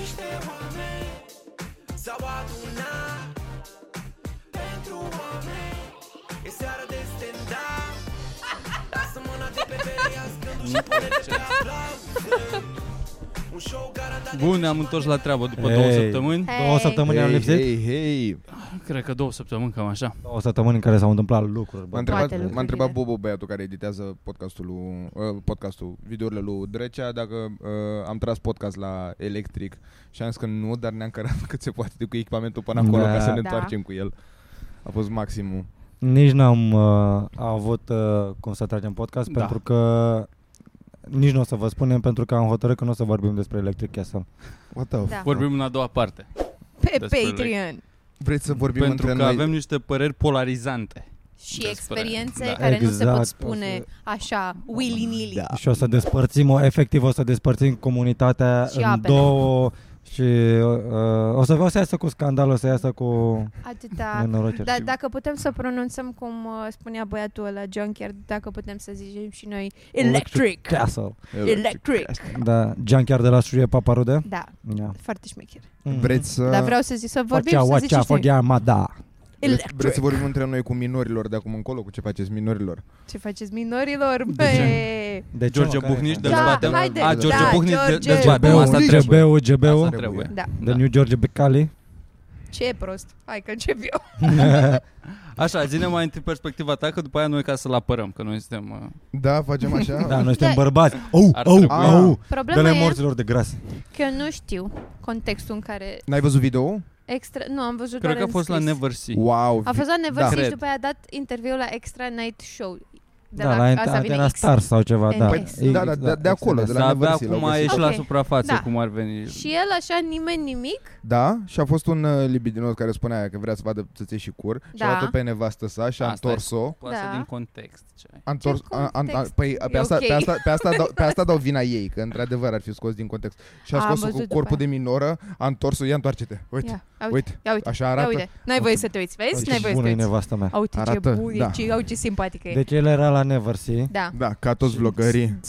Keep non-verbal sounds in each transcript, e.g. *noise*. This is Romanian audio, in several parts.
niște oameni S-au adunat Pentru oameni E seară de stand-up Lasă mâna de pe bereascându și pune-te pe aplauze Un show garantat de Bun, ne-am întors la treabă după două Hey. săptămâni. Hei. Două săptămâni am Hei, lipsit. hei, hei. Cred că două săptămâni, cam așa. Două săptămâni în care s-au întâmplat lucruri. M-a Bă. întrebat, lucrurile. m-a întrebat Bobo, băiatul care editează podcastul, lui, uh, podcastul videourile lui Drecea, dacă uh, am tras podcast la Electric și am zis că nu, dar ne-am cărat *laughs* cât se poate de cu echipamentul până acolo Da. ca să ne Da. întoarcem cu el. A fost maximul. Nici n-am uh, avut uh, cum să tragem podcast Da. da. pentru că nici nu o să vă spunem pentru că am hotărât că nu o să vorbim despre Electric Castle. What the Da. Vorbim în a doua parte. Pe Despre Patreon. Vreți să vorbim pentru că între noi? avem niște păreri polarizante. Și Despre- experiențe da. care nu se Exact. pot spune așa, willy-nilly. Da. Și o să despărțim, o, efectiv o să despărțim comunitatea Și în apele. două și uh, o, să, o să iasă cu scandal, o să iasă cu Atâta. nenoroceri. Da, dacă putem să pronunțăm cum uh, spunea băiatul ăla Junkyard, dacă putem să zicem și noi Electric. Castle. Electric. Da, Junkyard de la Șuie Paparude. Da, Yeah. foarte șmecher. Mm. Vreți să... Dar vreau să zic să vorbim Oacea, să zici oacea, și noi. fogea, ma, da. vreți, Electric. vreți să vorbim între noi cu minorilor de acum încolo? Cu ce faceți minorilor? Ce faceți minorilor? De Băi! De George mă, care Buhnici e? Da, dezbatem. haide, a, George da, Buhnici de- George. dezbatem. GBU, Asta trebuie. GBU, GBU, Asta trebuie. Da, The New George Becali. ce prost. Hai că încep eu. Da. Așa, zine mai întâi perspectiva ta, că după aia noi ca să-l apărăm, că noi suntem... Uh, Da, facem așa? *laughs* Da, noi suntem Da. bărbați. Au, Ar au, trebui. au. Problema Dă-le Păi, e morților de gras. că eu nu știu contextul în care N-ai văzut video? extra... Nu, am văzut cred doar că a în fost la scris. Never See. Wow. A fost la Never da. Cred. și după aia a dat interviu la Extra Night Show. De Da, la la, asta vine Antena X. Star sau ceva, da. Păi, Ei, da, da, de- de acolo, de la- Dar abia Never See acum l-au a găsit. ieșit la Ok. suprafață, Da. cum ar veni. Și el așa, nimeni nimic. Da, și a fost un uh, libidinos care spunea aia că vrea să vadă țăței și cur și Da. a luat pe nevastă sa și a Asta întors-o. Poate să Da. din context. ce ai. A întors, a, a, a, context. păi pe E asta, ok. pe, asta, pe, asta dau, pe asta dau vina ei, că într-adevăr ar fi scos din context. Și a Am scos văzut cu după corpul de aia. minoră, a întors-o, ia întoarce-te. Uite, Ia, ia uite, uite, ia uite, așa ia arată. uite. N-ai voie să te uiți, vezi? N-ai Ce voie să te bună e uiți. nevasta mea. Uite ce Arată, bun, da. e, ce, au ce simpatică e. Deci el era la Never See. Da. Da, ca toți *laughs* vlogării.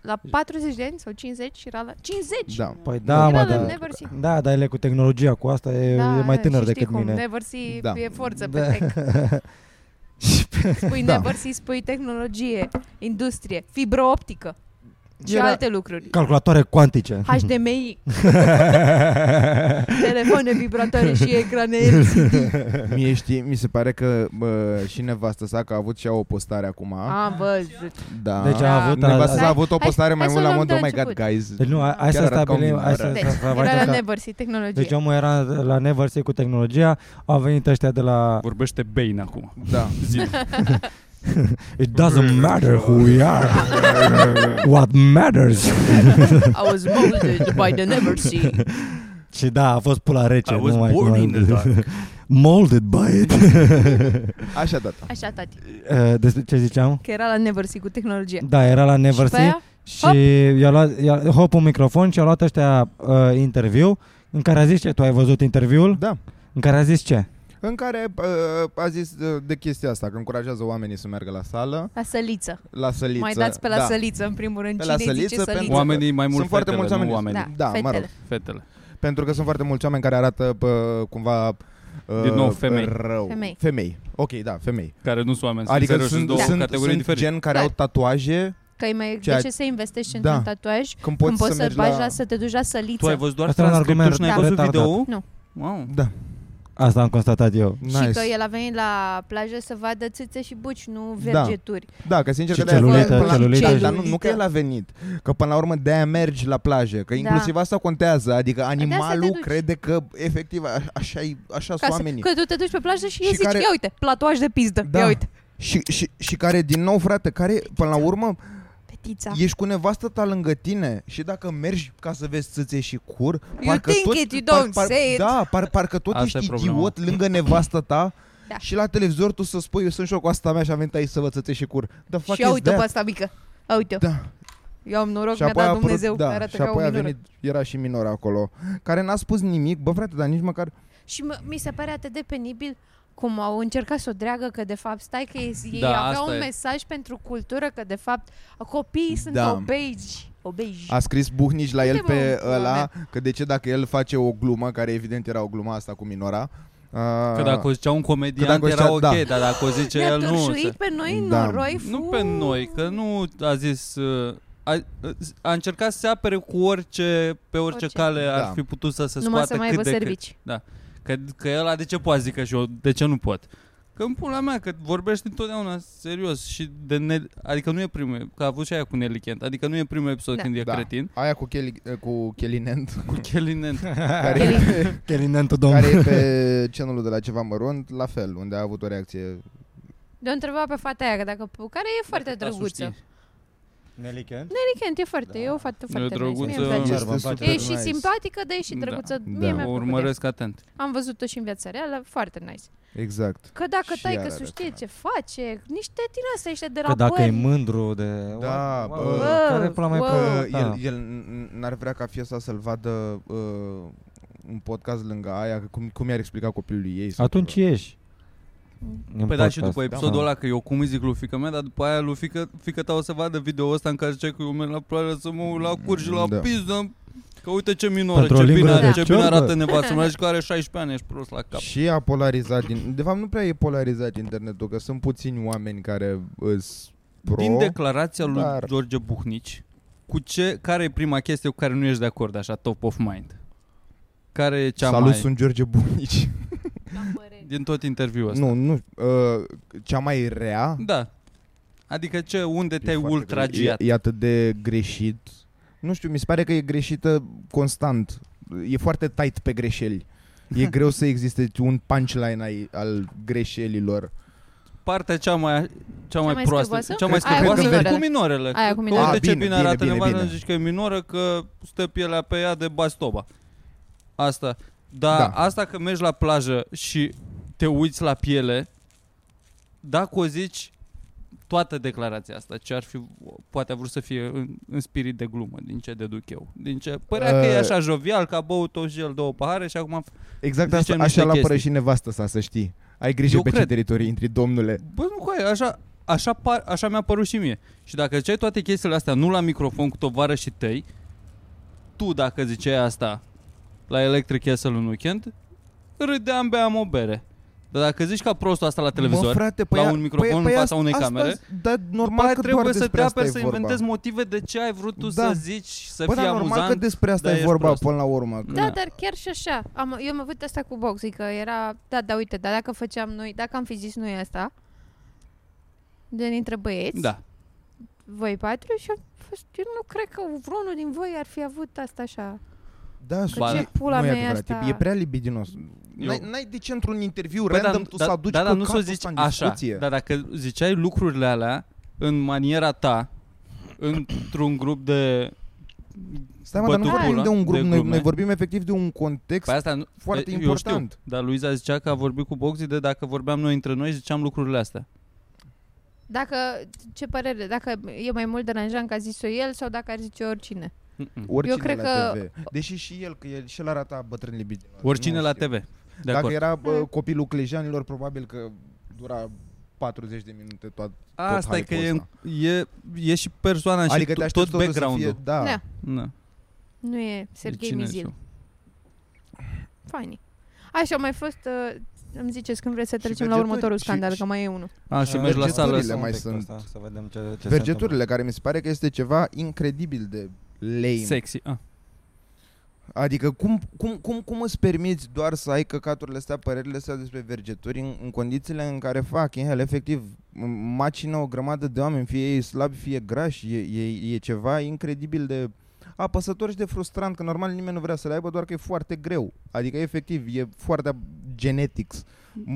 La 40 de ani sau 50 era la 50. Da. Păi da, Era mă, la da. Never See. Da, dar el e cu tehnologia, cu asta e, da, e mai tânăr și știi decât cum, mine. Never see Da. e forță Da. pe tech. *laughs* Spui Da. never see, spui tehnologie, industrie, fibră optică și Era- alte lucruri. Calculatoare cuantice. HDMI, telefoane vibratoare și ecrane Exact. LCD. Mie știi, mi se pare că bă, și nevastă sa că a avut și ea o postare acum. Am văzut. Da. Deci a avut... a- nevastă sa a a- avut o Hai- postare hai mai să mult o la luăm mod de oh my început. god, guys. Deci nu, hai- hai să Chiar arată ca un stabilim, hai minar. să Deci, să- să era facem la ca- never see, tehnologie. Deci omul era la Never See cu tehnologia, au venit ăștia de la Vorbește Bane acum. Da. It doesn't matter who we are. What matters? I was molded by the never see. Și da, a fost pula rece. I was nu mai- born nu mai- in the dark. *laughs* Molded by it. Așa, tata. Așa, tati, Uh, Despre ce ziceam? că era la never see cu tehnologie. Da, era la Never și pe See aia, și i-a luat i-a, hop un microfon și a luat ăștia uh, interviu în care a zis ce, tu ai văzut interviul? Da. În care a zis ce? În care uh, a zis uh, de chestia asta, că încurajează oamenii să meargă la sală, la săliță. la săliță. Mai dați pe la da. săliță, în primul rând. Pe Cine la zice săliță, săliță? pentru- Oamenii mai mult Sunt foarte fetele, mulți oameni. nu oamenii. Da, Da, mă fetele. rog. Fetele. Pentru că sunt foarte mulți oameni care arată pă, cumva uh, Din nou, femei. Rău. Femei. Femei. Ok, da, femei. Care nu sunt oameni. adică serios, sunt, două sunt, categorii sunt diferite. gen care Da. au tatuaje Că e mai, Ceea- de ce să investești Da. într-un tatuaj când poți, când poți să, mergi bagi la... la... să te duci la săliță? Tu ai văzut doar Asta era un transcriptul și argument n-ai văzut retardat. video Nu. Wow. Da. Asta am constatat eu. Și că el a venit la plajă să vadă țâțe și buci, nu vergeturi. Da, că sincer Și că de-aia- celulită, până la- celulită. Da, Dar nu, nu Celulită. că el a venit Că până la urmă de-aia mergi la plajă Că Da. inclusiv asta contează Adică te animalul duci. crede că efectiv a- așa așa Ca sunt să, oamenii că tu te duci pe plajă și, Și ei zici, care- ia uite, platoaj de pizdă, Da. ia uite, și, și, și care din nou frate Care până la Da. urmă petița. Ești cu nevastă ta lângă tine și dacă mergi ca să vezi țâțe și cur, think it, you don't say it. Da, par, parcă tot Asta e ești problema. idiot lângă nevastă ta Da. și la televizor tu să spui, eu sunt și eu cu asta mea și am venit aici să vă țâțe și cur. The fuck Și ia is uite that? pe asta mică. Ia uite, Da. eu am noroc, Și mi-a apoi, a dat apărut, Dumnezeu, da, arată și ca o apoi a minoră. venit, era și minor acolo, care n-a spus nimic, bă frate, dar nici măcar, Și mă- mi se pare atât de penibil cum au încercat să o dreagă că de fapt stai că ei, ei Da, aveau asta un e. mesaj pentru cultură că de fapt copiii sunt Da. obegi. Obej. A scris Buhnici la el Uite, pe mă, ăla că de ce dacă el face o glumă, care evident era o glumă asta cu minora. a, Că dacă o zicea un comedian Că dacă o era ok, zicea- dar dacă o zice Ne-a el nu... târșuit pe noi în Da. noroi, Nu fu. pe noi, că nu a zis... uh, A, a încercat să se apere cu orice, pe orice, Orice. cale Da. ar fi putut să se Numai scoată să mai cât aibă de cât. servici. Că, că ăla de ce poate zică și eu, de ce nu pot? Că îmi pula mea, că vorbești întotdeauna serios și de ne... Adică nu e primul, că a avut și aia cu Nelly Kent, adică nu e primul episod Da. când e Da. cretin. Aia cu, Kelly, eh, cu *laughs* Chelinent, Cu Kelly Nent. care, e pe- Chelinentul domn. care e pe channelul de la ceva mărunt, la fel, unde a avut o reacție. De-o întreba pe fata aia, că dacă, care e foarte Dacă tasul drăguță. știe. Nelly Kent? Weekend e foarte, e o fată foarte Da. drăguță. nice. Mie îmi place. Chiar vă place. E și simpatică, dar e și Da. drăguță. Mie Da. mi-a O plăcut ea. urmăresc atent. Am văzut-o și în viața reală, foarte nice. Exact. Că dacă Și tai ea că are să știe rațional. ce face, niște din astea, niște de Că dacă e rapări. mândru de... Da, Wow, bă. wow, Wow, Care pula mai wow. Oh. Că Ah. Da. Uh, el, el n- n- n-ar vrea ca fiesta să-l vadă uh, un podcast lângă aia, că cum, cum i-ar explica copilului ei. sau Atunci ceva. ieși. În Păi da, și podcast. după episodul Da. ăla, că eu cum îi zic lui fica mea, dar după aia lui fica, fica ta o să vadă video ăsta în care zice că eu merg la ploaie să mă uit la cur și la Da. pizdă. Că uite ce minoră, Pentru o ce bine, lingură are, de ce bine ciorbă. arată nevastă *laughs* mea și că are 16 ani, ești prost la cap. Și a polarizat din... De fapt, nu prea e polarizat internetul, că sunt puțini oameni care îs pro. Din declarația lui dar- George Buhnici, cu ce, care e prima chestie cu care nu ești de acord, așa, top of mind? Care e cea Salut, mai... sunt George Bunici. Din tot interviul ăsta. Nu, nu. Uh, cea mai rea Da. Adică ce, unde te-ai foarte ultragiat? greu. E, e atât de greșit. Nu știu, mi se pare că e greșită constant. E foarte tight pe greșeli. *laughs* E greu să existe un punchline ai, al greșelilor. Partea cea mai, cea, mai, mai proastă, scârboasă? cea mai Aia cu scârboasă minorele. cu minorele. Aia Că cu minorele. tot Ah, de ce bine, bine bine, arată bine, nevastă, bine. zici că e minoră, că stă pielea pe ea de bastoba. Asta. Dar Da. da. asta că mergi la plajă și te uiți la piele, dacă o zici toată declarația asta, ce ar fi, poate a vrut să fie în, în spirit de glumă, din ce deduc eu. Din ce, părea că Eh. e așa jovial, că a băut-o și el două pahare și acum Exact Zicem asta, niște așa la apără chestii. și nevastă sa, să știi. Ai grijă Eu pe ce cred. teritorii intri, domnule. Bă, nu coaie, așa, așa, par, așa mi-a părut și mie. Și dacă ziceai toate chestiile astea, nu la microfon cu tovară și tăi, tu dacă ziceai asta la Electric Castle în weekend, râdeam, beam o bere. Dar dacă zici ca prostul asta la Mă, televizor, frate, păi la a- un microfon păi- în păi fața asta- unei asta- camere, Da, normal normal aia că doar trebuie să despre te asta aperi e să vorba. inventezi motive de ce ai vrut tu Da. să zici, să Bă, fii dar normal că amuzant. despre asta dar e ești vorba prost. până la urmă. Că... Da. Da, dar chiar și așa. Am, eu am avut asta cu boxii, că era... Da, da, uite, dar dacă făceam noi, dacă am fi zis noi asta, de dintre băieți, Da. voi patru, și am fost, eu nu cred că vreunul din voi ar fi avut asta așa. Da, Că Ba, ce da. pula nu e mea e adevărat, asta? e, e prea libidinos. N-ai, n-ai de ce într-un interviu random tu să aduci da, da, nu căcatul să zici ăsta în așa, discuție. dar dacă ziceai lucrurile alea în maniera ta, într-un grup de Stai mă, dar nu bătut vorbim pula de un grup, noi, glume. noi vorbim efectiv de un context Păi asta nu, foarte eu important. Știu, dar Luiza zicea că a vorbit cu Boxi de dacă vorbeam noi între noi, ziceam lucrurile astea. Dacă, ce părere, dacă e mai mult deranjant că a zis-o el sau dacă ar zice oricine? Mm-mm. Oricine Eu cred la că- TV. Deși și el, că el, și el arata bătrân libidinos. Oricine nu la știu. TV. De Dacă acord. era bă, Mm. copilul clejanilor, probabil că dura 40 de minute toată. Asta e că hype-ul e, ăsta. e, e și persoana Adică te Da, și aștepți tot, totul tot să fie, background-ul. da. Da. Da. Nu e Serghei Deci Cine Mizil. știu? Funny. Așa, au mai fost... Uh, îmi ziceți când vreți să Și trecem la următorul vegeturi- și- scandal, și- că mai e unul. A, și mergi la sală. Da. Vergeturile. mai Un pic sunt. ăsta, Să vedem ce, ce se Vergeturile, care mi se pare că este ceva incredibil de lame. Sexy. Ah. Adică cum, cum, cum, cum îți permiți doar să ai căcaturile astea, părerile astea despre vergeturi în, în condițiile în care fac el efectiv m- macină o grămadă de oameni, fie ei slabi, fie grași, e, e, e ceva incredibil de apăsător și de frustrant, că normal nimeni nu vrea să le aibă, doar că e foarte greu. Adică efectiv e foarte genetics,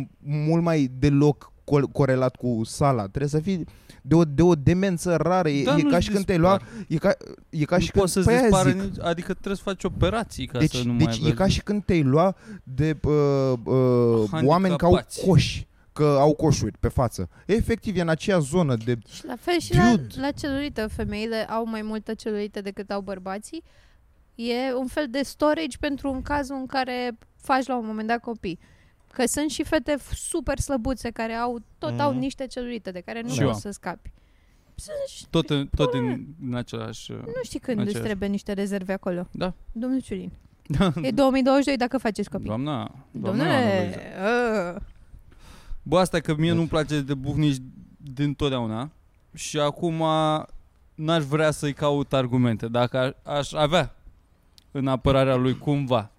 m- mult mai deloc col- corelat cu sala. Trebuie să fii de o, de o demență rară, e, Da, e nu-ți ca și când te-ai lua, e ca, e ca nu și când, poți să-ți păi aia dispară, zic nici, adică trebuie să faci operații ca deci, să nu deci mai e ca și când te-ai lua de uh, uh, oameni care au Handicapați. coși, că au coșuri pe față. Efectiv, e în aceea zonă de... Și la fel și la, Dude. la celulită, femeile au mai multă celulită decât au bărbații. E un fel de storage pentru un caz în care faci la un moment dat copii. Că sunt și fete f- super slăbuțe care au tot Mhm. au niște celulite de care nu Și eu poți am. să scapi. Tot, în, tot în, în același... uh, Nu știi când îți Aceeași. trebuie niște rezerve acolo. Da. Domnul Ciulin. E 2022 dacă faceți copii. Doamna, doamna Ana Domnule, Luiza. ă, Bă, asta că mie Da. nu-mi place de bufnici din totdeauna și acum n-aș vrea să-i caut argumente, dacă a- aș avea în apărarea lui cumva.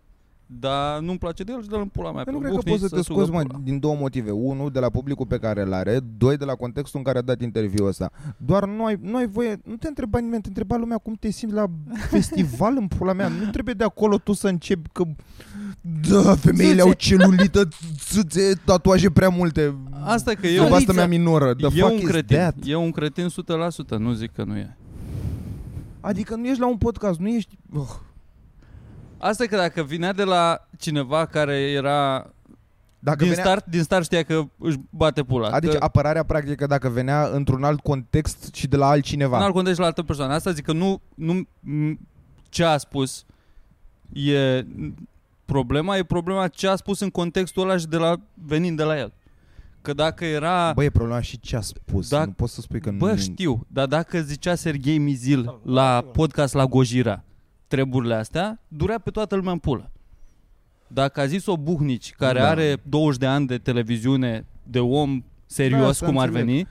Dar nu-mi place de el și dă-l în pula mea. Eu pe Păi nu cred că bufnici poți să te să sugă scoți, mă, pula. din două motive. Unul, de la publicul pe care îl are. Doi, de la contextul în care a dat interviul ăsta. Doar nu ai, nu ai voie, nu te întreba nimeni, te întreba lumea cum te simți *laughs* la festival în pula mea. Nu trebuie de acolo tu să începi că... Da, femeile Țâțe. au celulită, țâțe, tatuaje prea multe. Asta că eu... Soliță. Nevastă mea minoră. The e fuck un is cretin, that? e un cretin 100%, nu zic că nu e. Adică nu ești la un podcast, nu ești... Oh. Asta că dacă vinea de la cineva care era Dacă din, venea, start, din start știa că își bate pula. Adică că, apărarea practică dacă venea într-un alt context și de la altcineva. N-ar conta și la altă persoană. Asta zic că nu, nu m- ce a spus e problema, e problema ce a spus în contextul ăla și de la, venind de la el. Că dacă era... Bă, e problema și ce a spus. Da- Nu poți să spui că bă nu... știu, dar dacă zicea Serghei Mizil la podcast la Gojira treburile astea, durea pe toată lumea în pulă. Dacă a zis-o Buhnici, care Da. da. are 20 de ani de televiziune, de om Da, serios, asta da, cum ar înțeleg. veni,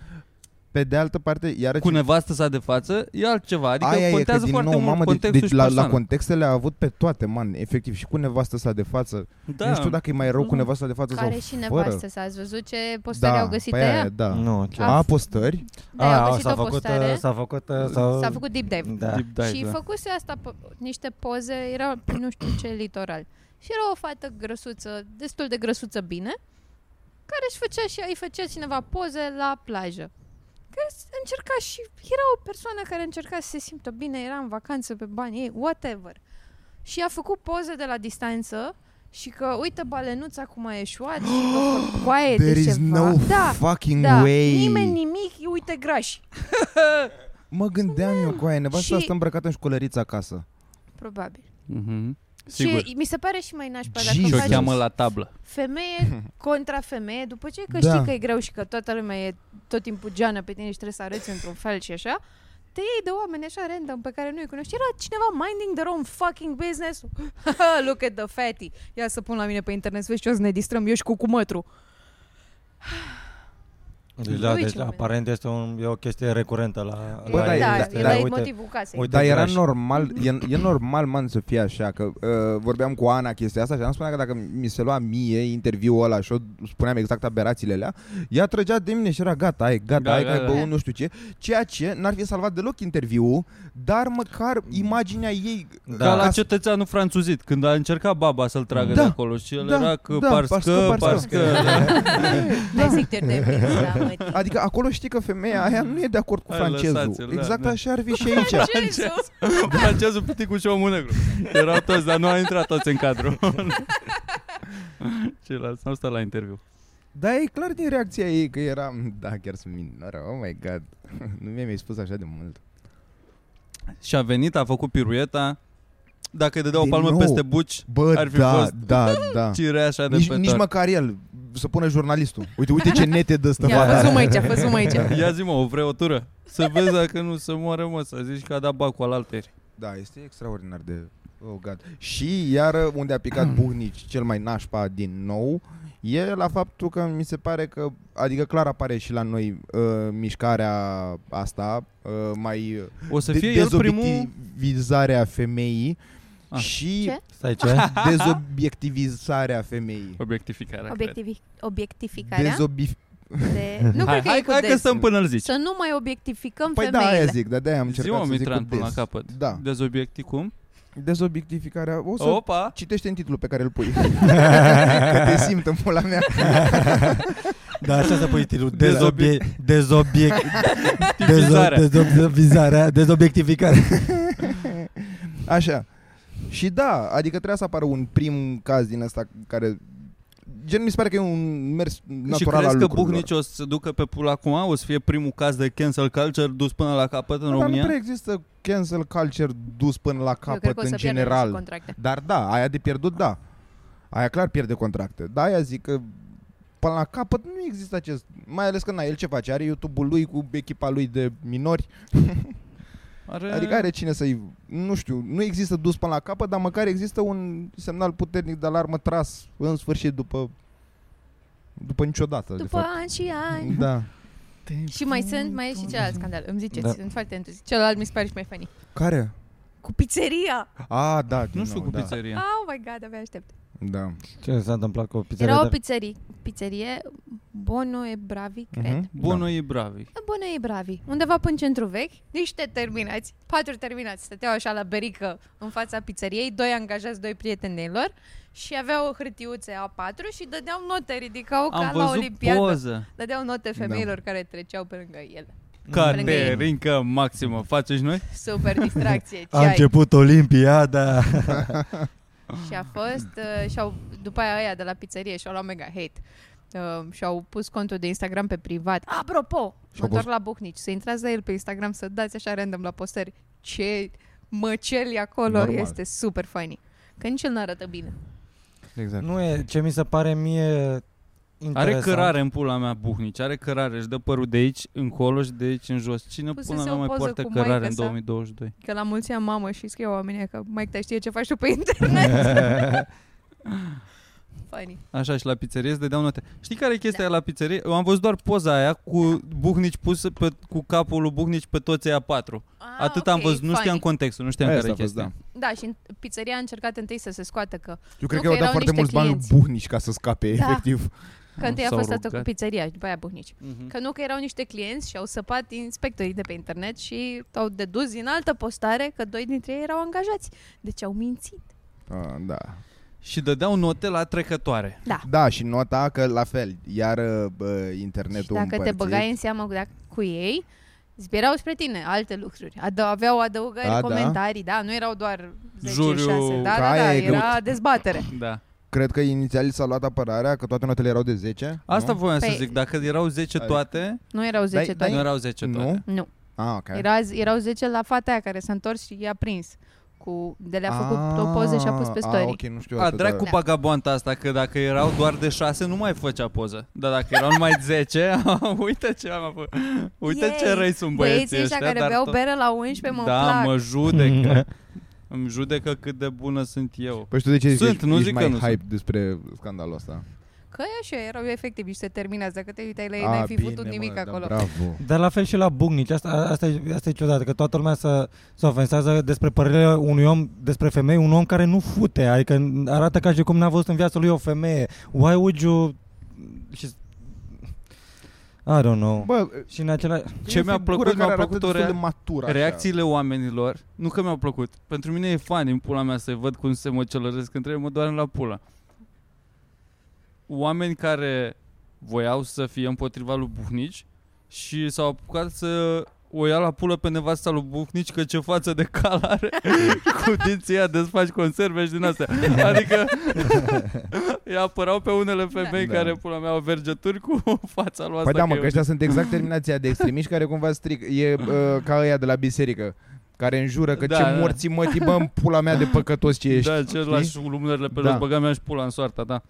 Pe de altă parte, iar cu nevastă sa de față, e altceva. Adică Deci- Aia contează e, că din foarte nou, mult mamă, de, contextul deci și la, la persoana. contexte le-a avut pe toate, man, efectiv. Și cu nevastă sa de față. da. Nu știu dacă e mai rău cu Mhm. nevasta de față care sau și fără. nevastă să ați văzut ce postări da, au găsit pe aia, ea? da. Nu, ce? A, postări? Da, au a, găsit s-a o făcut, postare. uh, s-a făcut, uh, s-a, S-a făcut deep dive. Da. Deep dive, și exact. da. făcuse asta pe niște poze, era pe nu știu ce litoral. Și era o fată grăsuță, destul de grăsuță bine, care își făcea și îi făcea cineva poze la plajă. Care s- încerca și era o persoană care încerca să se simtă bine, era în vacanță pe bani ei, whatever. Și a făcut poze de la distanță și că uite balenuța cum a ieșuat și că *gasps* coaie There de is ceva. no da, fucking da, way. nimeni nimic, uite grași. Mă gândeam eu cu aia, nevasta Și- asta îmbrăcată în școlăriță acasă. Probabil. Mhm. Sigur. Sigur. Și mi se pare și mai nașpa Jesus. dacă Și o faci cheamă la tablă. femeie contra femeie, după ce că Da. știi că e greu și că toată lumea e tot timpul geană pe tine și trebuie să arăți într-un fel și așa, te iei de oameni așa random pe care nu-i cunoști. Era cineva minding their own fucking business. *laughs* Look at the fatty. Ia să pun la mine pe internet să vezi ce o să ne distrăm. Eu și cu cumătru. Deci, da, Uiți deci oameni. aparent este un, e o chestie recurentă la... Bă, la da, da, e- da, da, e da, la uite- motivul casei. uite- Dar era dragi. normal, e, e normal, man, să fie așa, că uh, vorbeam cu Ana chestia asta și am spunea că dacă mi se lua mie interviul ăla și eu spuneam exact aberațiile alea, ea trăgea de mine și era gata, ai, gata, Da, ai, da, ai da. băut nu știu ce, ceea ce n-ar fi salvat deloc interviul, dar măcar imaginea ei... Da. Da, Ca la asta- cetățeanul franțuzit, când a încercat baba să-l tragă Da, de acolo și el da, era că da, pars parce că, că, pars parce că. Hai zic de *laughs* da, mă, tii. Adică acolo știi că femeia aia nu e de acord cu Hai, francezul. lăsați-l, da, Exact da. așa ar fi și aici. *laughs* Jesus. *laughs* Francezul piticul și omul negru. Erau toți, dar nu a intrat toți în cadru. *laughs* Ceilalți n-au stat la interviu. Da, e clar din reacția ei că era Da, chiar sunt minoră, oh my god *laughs* Nu mi-ai spus așa de mult Și a venit, a făcut pirueta. Dacă îi dădea o Din palmă nou. peste buci, Bă, Ar fi da, fost- da, da cirea așa de nici, pe nici tot. măcar el Să pună jurnalistul Uite, uite ce nete dă stă *laughs* Ia, fă fata zoom aici, fă zoom aici. Ia zi mă, o vrei o tură? Să vezi dacă nu se moare mă, să zici că a dat bacul al alteri. Da, este extraordinar de Oh god Și iar unde a picat Buhnici Cel mai nașpa din nou E la faptul că mi se pare că Adică clar apare și la noi uh, Mișcarea asta uh, Mai uh, O să de- fie el primul... dezobiectivizarea femeii Ah. Și *laughs* Ce? Stai ce? Dezobiectivizarea femeii. Obiectificarea. cred. Obiectific- obiectificarea Dezobi... de... Nu Hai, cred că hai, e cu hai că des. stăm până îl zici. Să nu mai obiectificăm Păi da, femeile. aia zic, dar de-aia am Zi, mă, încercat să zic cu Mitran, până la des. capăt. Da. Dezobiecti cum? Dezobiectificarea... O să Opa! citește în titlul pe care îl pui. că te simt în pula mea. Da, așa să pui stilul. Dezobie- Dezobie... Dezobie... Tipizarea. Dezobie... Dezobiectificare. Așa. Și da, adică trebuie să apară un prim caz din ăsta care... Gen, mi se pare că e un mers și natural crezi al că lucrurilor. Buhnici o să se ducă pe pula acum? O să fie primul caz de cancel culture dus până la capăt în Da, Dar nu România? prea există cancel culture dus până la Eu cred capăt că o în să pierdem și general. contracte. Dar da, aia de pierdut, da. Aia clar pierde contracte. Da, aia zic că până la capăt, nu există acest... Mai ales că na, el ce face? Are YouTube-ul lui cu echipa lui de minori. Are... Adică are cine să-i... Nu știu, nu există dus până la capăt, dar măcar există un semnal puternic de alarmă tras în sfârșit după... După niciodată, de După fapt. ani și ani. Da. Și mai sunt, mai e și celălalt scandal. Îmi ziceți, Da. sunt foarte entuziasm. Celălalt mi se pare și mai funny. Care? Cu pizzeria! A, da, din Nu știu nou, cu da. pizzeria. Oh my god, abia aștept. Da. Ce s-a întâmplat cu pizzeria? Era o de- pizzerie, pizzerie Bono e Bravi, cred. Mhm, Bună e bravi. Bună e Bravi, undeva până în centru vechi, niște terminați, patru terminați, stăteau așa la berică în fața pizzeriei, doi angajați, doi prieteni de lor și aveau hârtiuțe A4 și dădeau note, ridicau ca Am la văzut olimpiadă. poză. Dădeau note Da. femeilor care treceau pe lângă el. Caterinca maximă. Faceți noi? Super *laughs* distracție, A ceai. început da. Olimpiada. Și a fost, uh, și-au, după aia aia de la pizzerie și-au luat mega hate. Uh, și-au pus contul de Instagram pe privat. Apropo, mă Și-au întorc la Buhnici, să intrați la el pe Instagram, să dați așa random la postări. Ce măceli acolo, Normal. este super funny. Că nici el nu arată bine. Exact. Nu e, ce mi se pare mie Are interesant. cărare în pula mea buhnici, are cărare, își dă părul de aici încolo și de aici în jos. Cine Pusese pula mea o mai poză poartă cu cărare maică în sa. 2022? Că la mulți ani mamă și scriu oamenii că mai te știe ce faci tu *laughs* pe internet. funny. Așa și la pizzerie îți dădeau note. Știi care e chestia da. la pizzerie? Eu am văzut doar poza aia cu Da. buhnici pusă pe, cu capul lui buhnici pe toți aia patru. Ah, Atât am ok, văzut, nu știam funny. contextul, nu știam Aia care e s-a văzut, chestia. Da, și în- pizzeria a încercat întâi să se scoată că Eu cred Nu, că i-au că dat erau foarte niște mulți bani lui clienți. Buhnici ca să scape, Da. efectiv. Că întâi a Ah, S-au fost asta cu rugat. pizzeria și după aia buhnici. da. Mhm. Că nu, că erau niște clienți și au săpat inspectorii de pe internet și au dedus din altă postare că doi dintre ei erau angajați. Deci au mințit. Ah, da. Și dădeau note la trecătoare. Da, și nota că la fel, iar bă, internetul și dacă te împărțit. băgai în seamă cu, cu ei, zbierau spre tine alte lucruri. Adă, aveau adăugări, Da, da. comentarii, da. Nu erau doar 10 Juriu, 6. Da, că da, aia da, e era dezbatere. Da. Cred că inițial s-a luat apărarea că toate notele erau de 10. Asta nu? voiam să Păi- zic, dacă erau 10 Adică- toate, Nu erau 10 Dai- dai, nu erau 10 toate. Nu? Nu. Ah, ok. Era, erau 10 la fata aia care s-a întors și i-a prins. Cu, de le-a făcut Ah, o poză și a pus pe story. Ah, ok, nu știu A, asta, dracu da. cu bagaboanta asta, că dacă erau doar de 6 nu mai făcea poză. Dar dacă erau numai 10, *laughs* uite ce am făcut. Uite Yay! ce răi sunt băieții Băieții ăștia, ăștia care dar beau tot- bere la 11 mă Da, plac. mă judecă. Îmi judecă cât de bună sunt eu. Păi știu de ce zici, Sunt, ești, nu ești zic mai că nu hype despre scandalul ăsta. Că e așa, erau efectiv niște terminați. Dacă te uitai la ei, Ah, n-ai fi bine, putut mă, nimic da, acolo. bravo. Dar la fel și la Bugnici, asta, asta, e, asta e ciudat, că toată lumea se, se ofensează despre părerea unui om, despre femei, un om care nu fute, adică arată ca și cum n-a văzut în viața lui o femeie. Why would you... Și... I don't know. Bă, Bă, și în același... Ce mi-a plăcut, mi-a plăcut o rea- matură, Reacțiile oamenilor, nu că mi-au plăcut. Pentru mine e fan în pula mea să-i văd cum se măcelăresc între ei, mă doare la pula. Oameni care voiau să fie împotriva lui Buhnici și s-au apucat să o ia la pulă pe nevasta lui Buhnici că ce față de cal *laughs* are cu dinții ea desfaci conserve și din astea. *laughs* Adică îi apărau pe unele femei Da. da. care pula mea au vergeturi cu *laughs* fața lui asta. Păi da, mă, e că ăștia sunt exact terminația de extremiști care cumva stric. E uh, ca ăia de la biserică care înjură că Da, ce da. morții mătii, bă, în pula mea de păcătos ce ești. Da, ce lași lumânările pe Da. da. jos, băga mea și pula în soarta, da.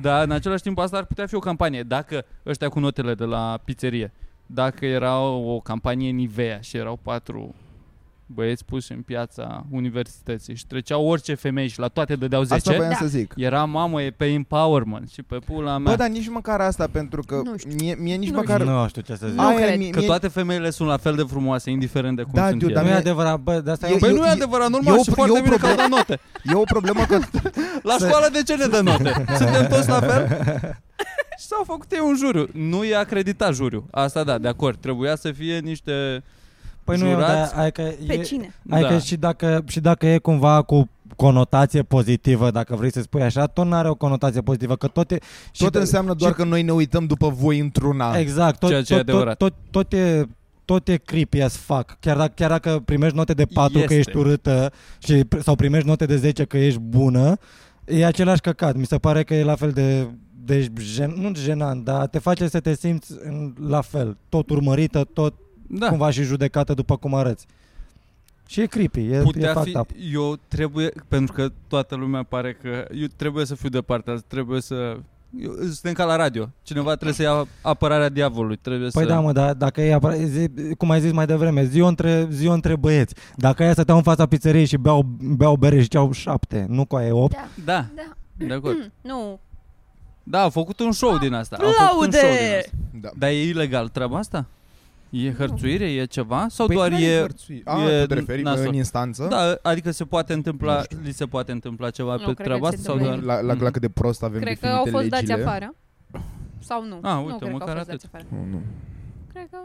Da, în același timp asta ar putea fi o campanie. Dacă ăștia cu notele de la pizzerie, dacă era o campanie Nivea și erau patru băieți puși în piața universității și treceau orice femei și la toate dădeau 10, Asta voiam Da. să zic. era mamă, e pe empowerment și pe pula mea. Bă, dar nici măcar asta, pentru că Nu știu. mie, mie nici Nu măcar... Ah, Nu știu ce să zic. Nu cred. mie, Că toate femeile sunt la fel de frumoase, indiferent de cum Da, sunt dude, Dar ele. nu e mie- adevărat, bă, de asta e... Eu- Păi nu e eu- adevărat, normal, eu- și foarte eu bine că au dat note. E o problemă *laughs* că... La Să- școală de ce ne dă *laughs* note? Suntem toți la fel? Și *laughs* s-au făcut ei un juriu. Nu i-a acreditat juriu. Asta da, de acord. Trebuia să fie niște... Păi nu, jurați? dar adică Pe e, cine? Adică Da. și, dacă, și dacă e cumva cu conotație pozitivă, dacă vrei să spui așa, tot nu are o conotație pozitivă, că tot e... și Tot de- înseamnă doar că noi ne uităm după voi într-una. Exact, tot, Ceea ce e tot, tot, adevărat. tot, tot e tot e creepy as fuck. Chiar dacă, chiar dacă primești note de 4 este. că Este. ești urâtă și, sau primești note de 10 că ești bună, e același căcat. Mi se pare că e la fel de, de jen, nu jenant, dar te face să te simți în, la fel. Tot urmărită, tot da. Da. cumva și judecată după cum arăți. Și e creepy, e, e Putea fucked fi, up. eu trebuie, pentru că toată lumea pare că eu trebuie să fiu de partea, asta, trebuie să Eu, suntem ca la radio. Cineva trebuie să ia apărarea diavolului. Trebuie Păi să... da, mă, dar dacă e apărat, zi, cum ai zis mai devreme, zi-o între, zi între băieți. Dacă aia stăteau în fața pizzeriei și beau, beau bere și ceau șapte, nu cu aia opt, Da, da, da. de acord. *clears throat* Nu. Da, au făcut un show din asta. Au făcut un show din Laude! asta. Da. Dar e ilegal treaba asta? E hărțuire? E ceva? Sau Păi doar care-i e... hărțui? A, e tu te referi nasol. în instanță? Da, adică se poate întâmpla, Nu li se poate întâmpla ceva Nu, pe cred că treaba se asta sau întâmplă doar... nimic. La, la, la Mhm. cât de prost avem Mm-hmm. Cred că definite au fost dați legile. afară. Sau nu. A, nu Ah, uite, cred că au măcar fost dați atât. afară. Nu, nu. Cred că...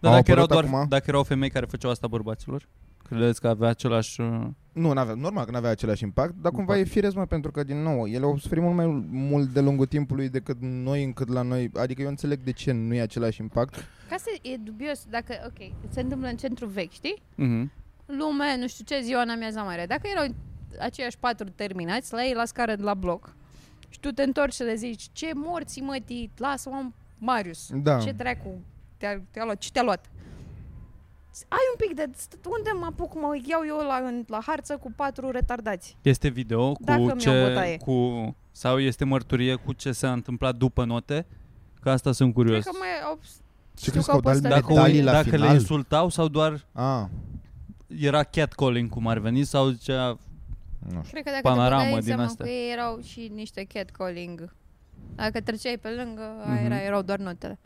Dar Au dacă erau, apărut doar, acum? dacă erau femei care făceau asta bărbaților? Credeți că avea același... uh, Nu, n-avea, normal că n-avea același impact, dar cumva Impact. e firesc, mă, pentru că, din nou, ele au suferit mult mai mult de lungul timpului decât noi, încât la noi. Adică eu înțeleg de ce nu e același impact. Ca să e dubios, dacă, ok, se întâmplă în centru vechi, știi? Mhm. Lume, nu știu ce, ziua în amiaza mare. Dacă erau aceiași patru terminați, la ei la scară de la bloc, și tu te întorci și le zici, ce morți mătii, lasă om Marius. Da. Ce dracu te-a, te-a luat? Ce te-a luat? Ai un pic de... st- Unde mă apuc, mă iau eu la, în, la harță cu patru retardați? Este video cu Dacă mi-au ce... bătaie. Cu, sau este mărturie cu ce s-a întâmplat după note? Că asta sunt curios. Cred că mai au... Ce știu crezi că au că au dat postat medalii? dacă, video. o, la dacă le final. insultau sau doar A, era catcalling cum ar veni sau zicea nu știu. Cred că dacă Panoramă te băgai, din din asta. asta. că ei erau și niște catcalling. Dacă treceai pe lângă, mm-hmm. era, Mhm. erau doar notele.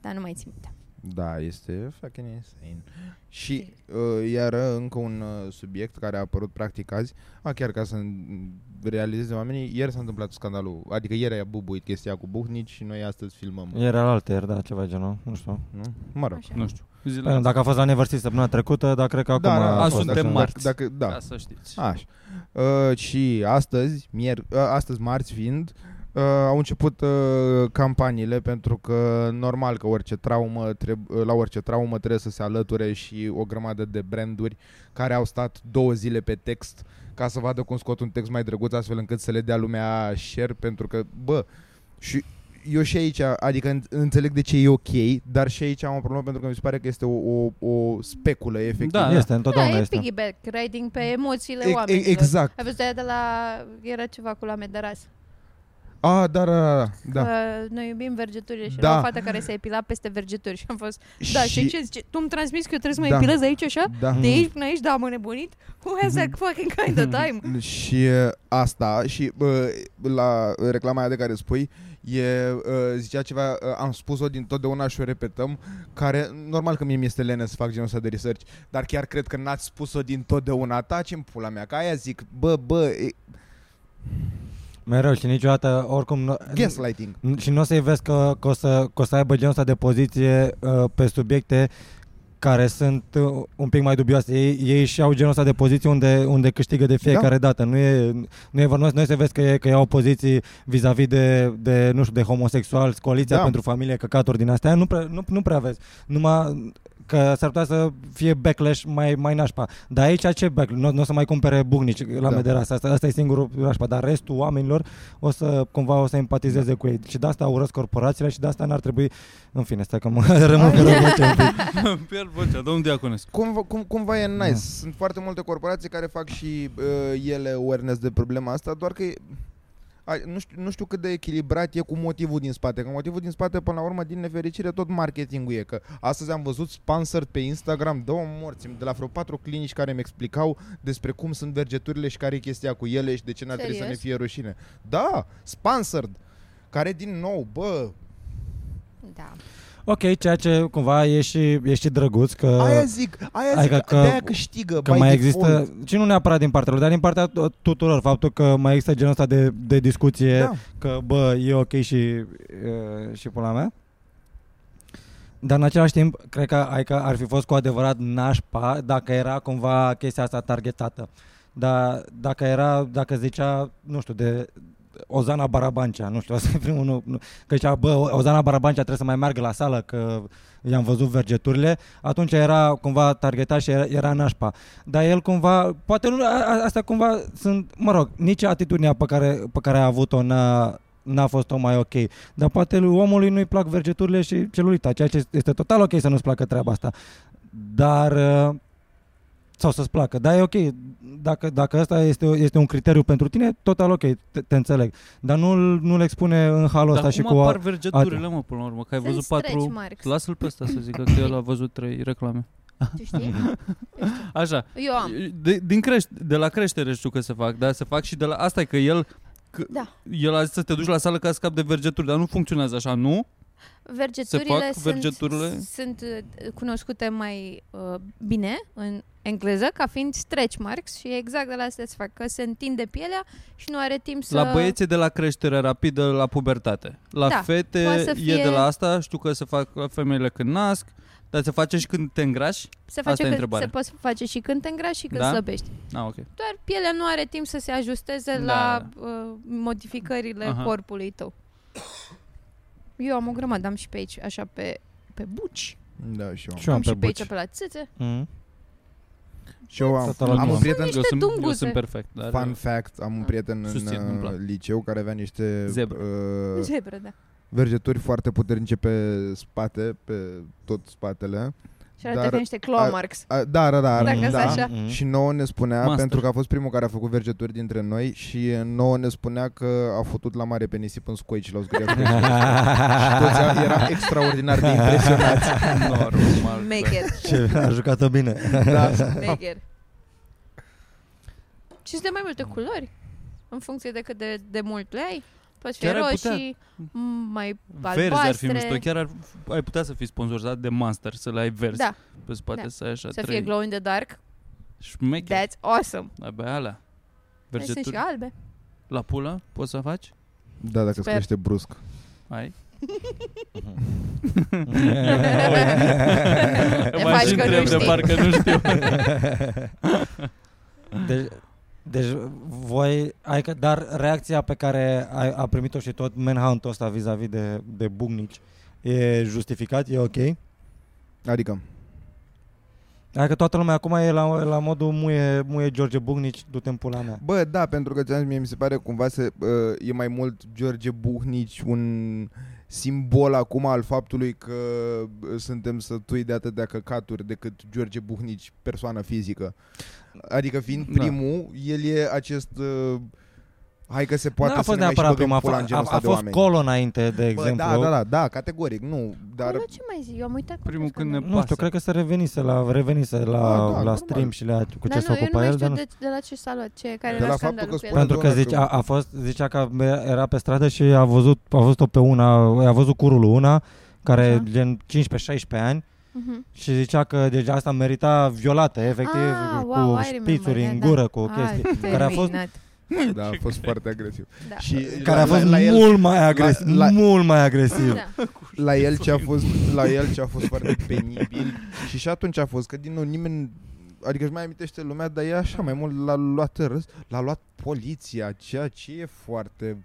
Dar nu mai țin minte. Da, este fucking insane. Și uh, iar uh, încă un uh, subiect care a apărut practic azi, a, chiar ca să mm, realizeze oamenii, ieri s-a întâmplat scandalul, adică ieri a bubuit chestia cu Buhnici și noi astăzi filmăm, ieri era altă, ieri, da, ceva genul, nu știu. nu? Mă rog. Așa. nu știu, zile Păi nu, dacă a fost la Neversea săptămâna trecută, dar cred că acum da, da, a a Da. a, fost fost, suntem așa. marți. Dacă, da, Ca să știți. *laughs* Așa. Uh, și astăzi, mier- uh, astăzi marți fiind, uh, au început uh, campaniile pentru că normal că orice traumă treb- uh, la orice traumă trebuie să se alăture și o grămadă de branduri care au stat două zile pe text ca să vadă cum scot un text mai drăguț astfel încât să le dea lumea share pentru că, bă, și eu și aici, adică în- înțeleg de ce e ok, dar și aici am o problemă pentru că mi se pare că este o, o, o speculă efectiv. Da, da. Este, întotdeauna da, e este. piggyback riding pe emoțiile E- e- oamenilor. exact. Ai văzut aia de la... Era ceva cu lame de ras. A, da, da, da, da, da. Că noi iubim vergeturile și Da. era o fată care se epila peste vergeturi și am fost... Da, și, ce zice? Tu îmi transmis că eu trebuie să mă Da. epilez aici așa? Da. De aici până aici, da, am înnebunit? Who has Mm-hmm. that fucking kind *laughs* of time? Și uh, asta și uh, la reclama aia de care spui e, uh, zicea ceva, uh, am spus-o din totdeauna și o repetăm, care normal că mie mi-este lene să fac genul ăsta de research, dar chiar cred că n-ați spus-o din totdeauna, taci în pula mea, ca aia zic, bă, bă, e, Mereu și niciodată, oricum... nu- gaslighting. N- Și nu o să-i vezi că, că, o să, că o să aibă genul ăsta de poziție uh, pe subiecte care sunt uh, un pic mai dubioase. Ei, ei și au genul ăsta de poziție unde, unde câștigă de fiecare da. dată. Nu e, nu e vornos, nu se vezi că, e, că iau poziții vis-a-vis de, de, nu știu, de homosexuali, coaliția Da. da. pentru familie, căcaturi din astea. Nu prea, nu, nu prea vezi. Numai că s-ar putea să fie backlash mai, mai nașpa. Dar aici ce backlash? Nu, nu o să mai cumpere bucnici la Da. da. de rasă. Asta, asta e singurul nașpa. Dar restul oamenilor o să cumva o să Da. empatizeze cu ei. Și de asta urăsc corporațiile și de asta n-ar trebui... În fine, stai că mă *laughs* rămân pe rămâce un pic. Îmi pierd vocea, domnul Diaconescu. Cum, cum, cumva e nice. Da. Sunt foarte multe corporații care fac și uh, ele awareness de problema asta, doar că e- a, nu, știu, nu știu cât de echilibrat e cu motivul din spate. Că motivul din spate, până la urmă, din nefericire, tot marketingul e. Că astăzi am văzut sponsored pe Instagram două morți de la vreo patru clinici care mi explicau despre cum sunt vergeturile și care e chestia cu ele și de ce n-ar trebui să ne Serios? fie rușine. Da, sponsored. Care din nou, bă, Da. Ok, ceea ce cumva e și, e și drăguț că... aia zic, aia zic, adică că, că- de-aia câștigă, Că by mai default. există, și nu neapărat din partea lor, dar din partea tu- tuturor, faptul că mai există genul ăsta de, de discuție Da. că bă, e ok și, e, și pula mea. Dar în același timp, cred că ai că ar fi fost cu adevărat nașpa dacă era cumva chestia asta targetată. Dar dacă era, dacă zicea, nu știu, de Ozana Barabancea, nu știu, *laughs* asta e primul nu, nu, că zicea, bă, Ozana Barabancea trebuie să mai meargă la sală, că i-am văzut vergeturile, atunci era cumva targetat și era, era nașpa. Dar el cumva, poate nu, a- a- astea cumva sunt, mă rog, nici atitudinea pe care, pe care a avut-o n-a, n-a fost tocmai ok. Dar poate lui omului nu-i plac vergeturile și celulita, ceea ce este total ok să nu-ți placă treaba asta. Dar uh, sau să-ți placă. Dar e ok, dacă, dacă asta este, este un criteriu pentru tine, total ok, te, te înțeleg. Dar nu-l, nu-l expune în halul ăsta Dar și cum cu... apar Apar... vergeturile, mă, până la urmă? Că ai Sunt văzut stretch patru... marks. Lasă-l pe ăsta să zică că el a văzut trei reclame. Tu știi? *laughs* Așa, Eu am. de, din creș- de la creștere știu că se fac, dar se fac și de la... Asta e că el... Că Da. El a zis să te duci la sală ca să scap de vergeturi, dar nu funcționează așa, nu? Vergeturile, fac vergeturile? Sunt, sunt uh, cunoscute mai uh, bine în engleză ca fiind stretch marks și exact de la asta se fac, că se întinde pielea și nu are timp să... La băieți e de la creștere rapidă la pubertate. La Da, poate fete să e fie- de la asta, știu că se fac la femeile când nasc, dar se face și când te îngrași? asta se e face când, întrebarea. se poate face și când te îngrași și când Da? slăbești. Ah, ok. Doar pielea nu are timp să se ajusteze Da. la uh, modificările Aha. corpului tău. Eu am o grămadă, am și pe aici, așa, pe, pe buci. Da, și eu. Și eu am am pe și pe buci. aici, pe la țâțe. Mm. Și eu am, Total am normal. un prieten Niște Eu sunt, eu dunguțe. sunt perfect. Dar *laughs* da, Fun fact, am un prieten în Susțin, îmi plac. uh, liceu care avea niște Zebră. *laughs* uh, Zebră, da. vergeturi foarte puternice pe spate, pe tot spatele. Și arată Dar- ca niște claw ar- marks. A, da, da, da, Dacă da. sunt da. așa. Mm. Și nouă ne spunea, Mm-hmm. Master. Master. pentru că a fost primul care a făcut vergeturi dintre noi și nouă ne spunea că a făcut la mare pe nisip în scoici și l-au zgâriat. *laughs* cu nisip. Și toți eram extraordinar de impresionați. normal. Make it. Ce a jucat-o bine. Da. Neger. *laughs* Și sunt de mai multe culori. În funcție de cât de, de mult le ai. Poți fi Chiar ai roșii, m- mai Verzi ar fi albastre. mișto. Chiar ar, ai putea să fii sponsorizat de Monster, să le ai verzi Da, pe spate, Da. să ai așa să trei fie glow in the dark. șmeche. That's awesome. Abia alea. Dar Sunt și Vergeturi *laughs* albe. la pulă poți să faci? Da, dacă Sper. Sper. crește brusc. Ai? *laughs* Te Mai faci și că nu întreb de știi. parcă nu știu. *laughs* deci, deci voi, adică, dar reacția pe care ai, a primit-o și tot manhunt-ul ăsta vis-a-vis de, de bugnici e justificat, e ok? Adică, Adică toată lumea acum e la, la modul muie, muie George Bugnici, du-te în pula mea. bă, da, pentru că ți-am zis, mie mi se pare cumva să uh, e mai mult George Buhnici un simbol acum al faptului că uh, suntem sătui de atâtea căcaturi decât George Buhnici persoană fizică. Adică fiind Da. primul, el e acest uh, hai că se poate N-a să fost ne mai și neapărat băgăm prima, a, pula f- în a, genul ăsta a de fost oameni. colo înainte, de Bă, exemplu. da, da, da, da, categoric, nu, dar Acolo ce mai zi? Eu am uitat. Primul cum când se ne- cheamă. Nu știu, cred că se revenise la, revenise la, Ah, da, da, la normal. stream și la cu ce Dar se Da, nu, eu nu ocupa mai el, știu dar nu de, de la ce s-a luat, ce, care De era la scandalul cu faptul că spune- el. Pentru că doar zice, că- a, a fost, zicea că era pe stradă și a văzut, a văzut-o pe una, a văzut curul una, care Așa. Așa. gen 15-16 ani Mhm. și zicea că deci asta merita violată, efectiv, Ah, cu wow, I remember, șpițuri da, în da. gură, cu Ah, chestii, care a fost, terminat. da, a fost foarte agresiv. *laughs* Da. Și care la, a fost la, la el, mult mai agresiv, la- la- mult mai agresiv. Da. la el ce a fost la el ce a fost foarte penibil și și atunci a fost că din nou nimeni adică își mai amintește lumea, dar e așa mai mult l-a luat în râs, l-a luat poliția, ceea ce e foarte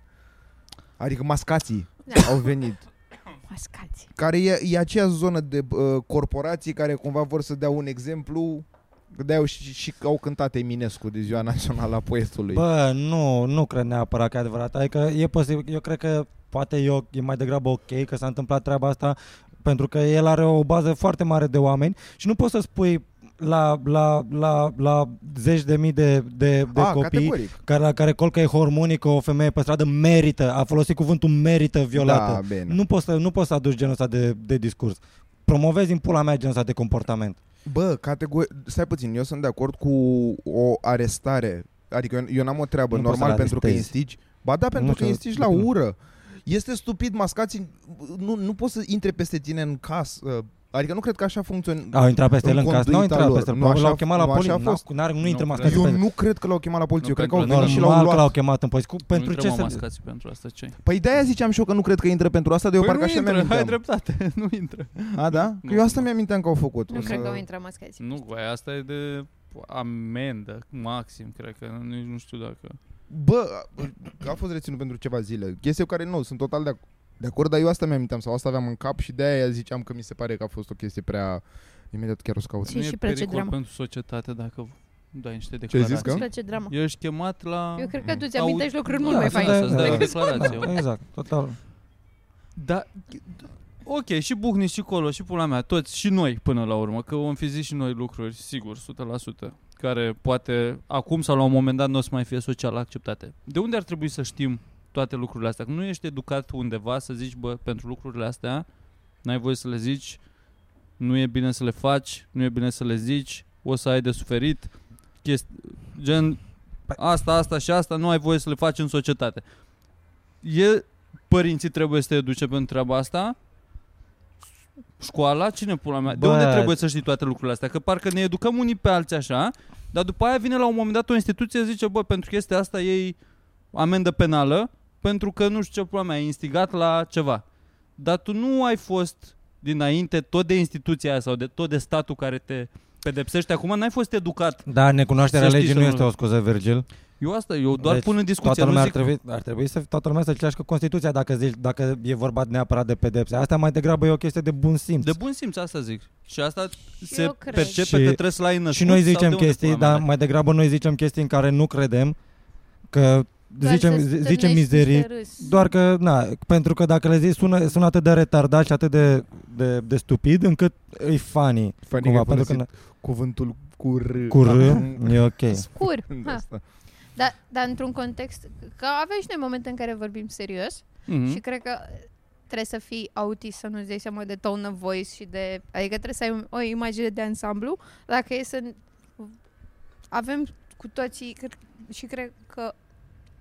adică mascații Da. au venit Mascați. care e, e aceea zonă de uh, corporații care cumva vor să dea un exemplu de și, și au cântat Eminescu de ziua națională a poetului. Bă, nu, nu cred neapărat că e adevărat. Adică e posibil, eu cred că poate e, o- e mai degrabă ok că s-a întâmplat treaba asta pentru că el are o bază foarte mare de oameni și nu poți să spui la, la, la, la zeci de mii de, de, de a, copii Ah, categoric. care, la care colcă e hormonii că o femeie pe stradă merită, a folosit cuvântul merită violată. Da, bine. nu, poți să, nu poți să aduci genul ăsta de, de discurs. Promovezi în pula mea genul ăsta de comportament. Bă, categori... Stai puțin, eu sunt de acord cu o arestare. Adică eu, eu n-am o treabă, Nu nu poți să-l normal, pentru că arestezi. instigi. Ba da, pentru Nu că știu, instigi la nu. ură. Este stupid, mascații, nu, nu poți să intre peste tine în casă. Adică nu cred că așa funcționează. Au intrat peste În el în casă, nu au conduita intrat lor. peste el, Nu așa- l-au chemat la nu așa poliție, a nu, fost. nu, are- nu intră Nu mascați cred. Eu pe- nu cred că l-au chemat la poliție, Nu, eu cred că au pentru venit că și Normal l-au că l-au luat. chemat în poliție. Cu, pentru nu ce să... să... mascați pentru asta, ce? Păi de-aia ziceam și eu că nu cred că intră pentru asta, dar eu parcă Păi nu așa intră, hai mi-am dreptate, *laughs* nu intră. A, da? Nu, Eu asta nu. mi-aminteam că au făcut. Nu O să- cred că au intrat mascați. Nu, băi, asta e de amendă, maxim, cred că, nici nu știu dacă... Bă, a fost reținut pentru ceva zile. Chestie cu care nu, sunt total de, ac- de acord, dar eu asta mi-am sau asta aveam în cap și de aia ziceam că mi se pare că a fost o chestie prea... Imediat chiar o să caut. Ce nu și e pericol procedramă. pentru societate dacă dai niște Ce ai zis, declarații. că? Îți place drama. Eu ești chemat la... Eu cred că tu ți Au- amintești lucruri Da, mult mai sunt faine. de- Să-ți dai o da. declarație. Da, exact, total. Da, ok, și Buhni și Colo și pula mea, toți și noi până la urmă, că vom fi zis și noi lucruri, sigur, 100%. care poate acum sau la un moment dat nu o să mai fie social acceptate. De unde ar trebui să știm toate lucrurile astea? Că nu ești educat undeva să zici, bă, pentru lucrurile astea n-ai voie să le zici, nu e bine să le faci, nu e bine să le zici, o să ai de suferit, chesti- gen asta, asta și asta nu ai voie să le faci în societate. E, părinții trebuie să te educe pentru treaba asta, școala, cine pula mea, de Bă. unde trebuie să știi toate lucrurile astea? Că parcă ne educăm unii pe alții așa, dar după aia vine la un moment dat o instituție zice, bă, pentru chestia asta ei amendă penală, pentru că nu știu ce pula mea, ai instigat la ceva. Dar tu nu ai fost dinainte tot de instituția aia sau de tot de statul care te pedepsește acum, n-ai fost educat. Da, necunoașterea Să știi legii să nu nu- este o scuză, Virgil. Eu asta, eu doar deci, Deci, pun în discuție, Toată nu lumea ar zic trebui, ar trebui să, toată lumea să citească Constituția dacă, zici, dacă e vorba neapărat de pedepse. Asta mai degrabă e o chestie de bun simț. De bun simț, asta zic. Și asta se eu cred. percepe Și- că trebuie să l-ai și născut noi sau de zicem unde chestii, pula mea dar dai? mai degrabă noi zicem chestii în care nu credem, că zicem, zi- zicem mizerii, doar că, na, pentru că dacă le zici sună, sună atât de retardat și atât de, de, de stupid, încât e funny. Funny Cumva, că pentru că, Da. folosit cuvântul Da. cu R. cu R, Acum- e ok. Cur. În Ha. asta. Dar, dar într-un context, că avem și noi momente în care vorbim serios Mhm. și cred că trebuie să fii autist să nu-ți dai seama de tone of voice și de... Adică trebuie să ai un- o imagine de ansamblu. Dacă e să... Avem cu toții cred, și cred că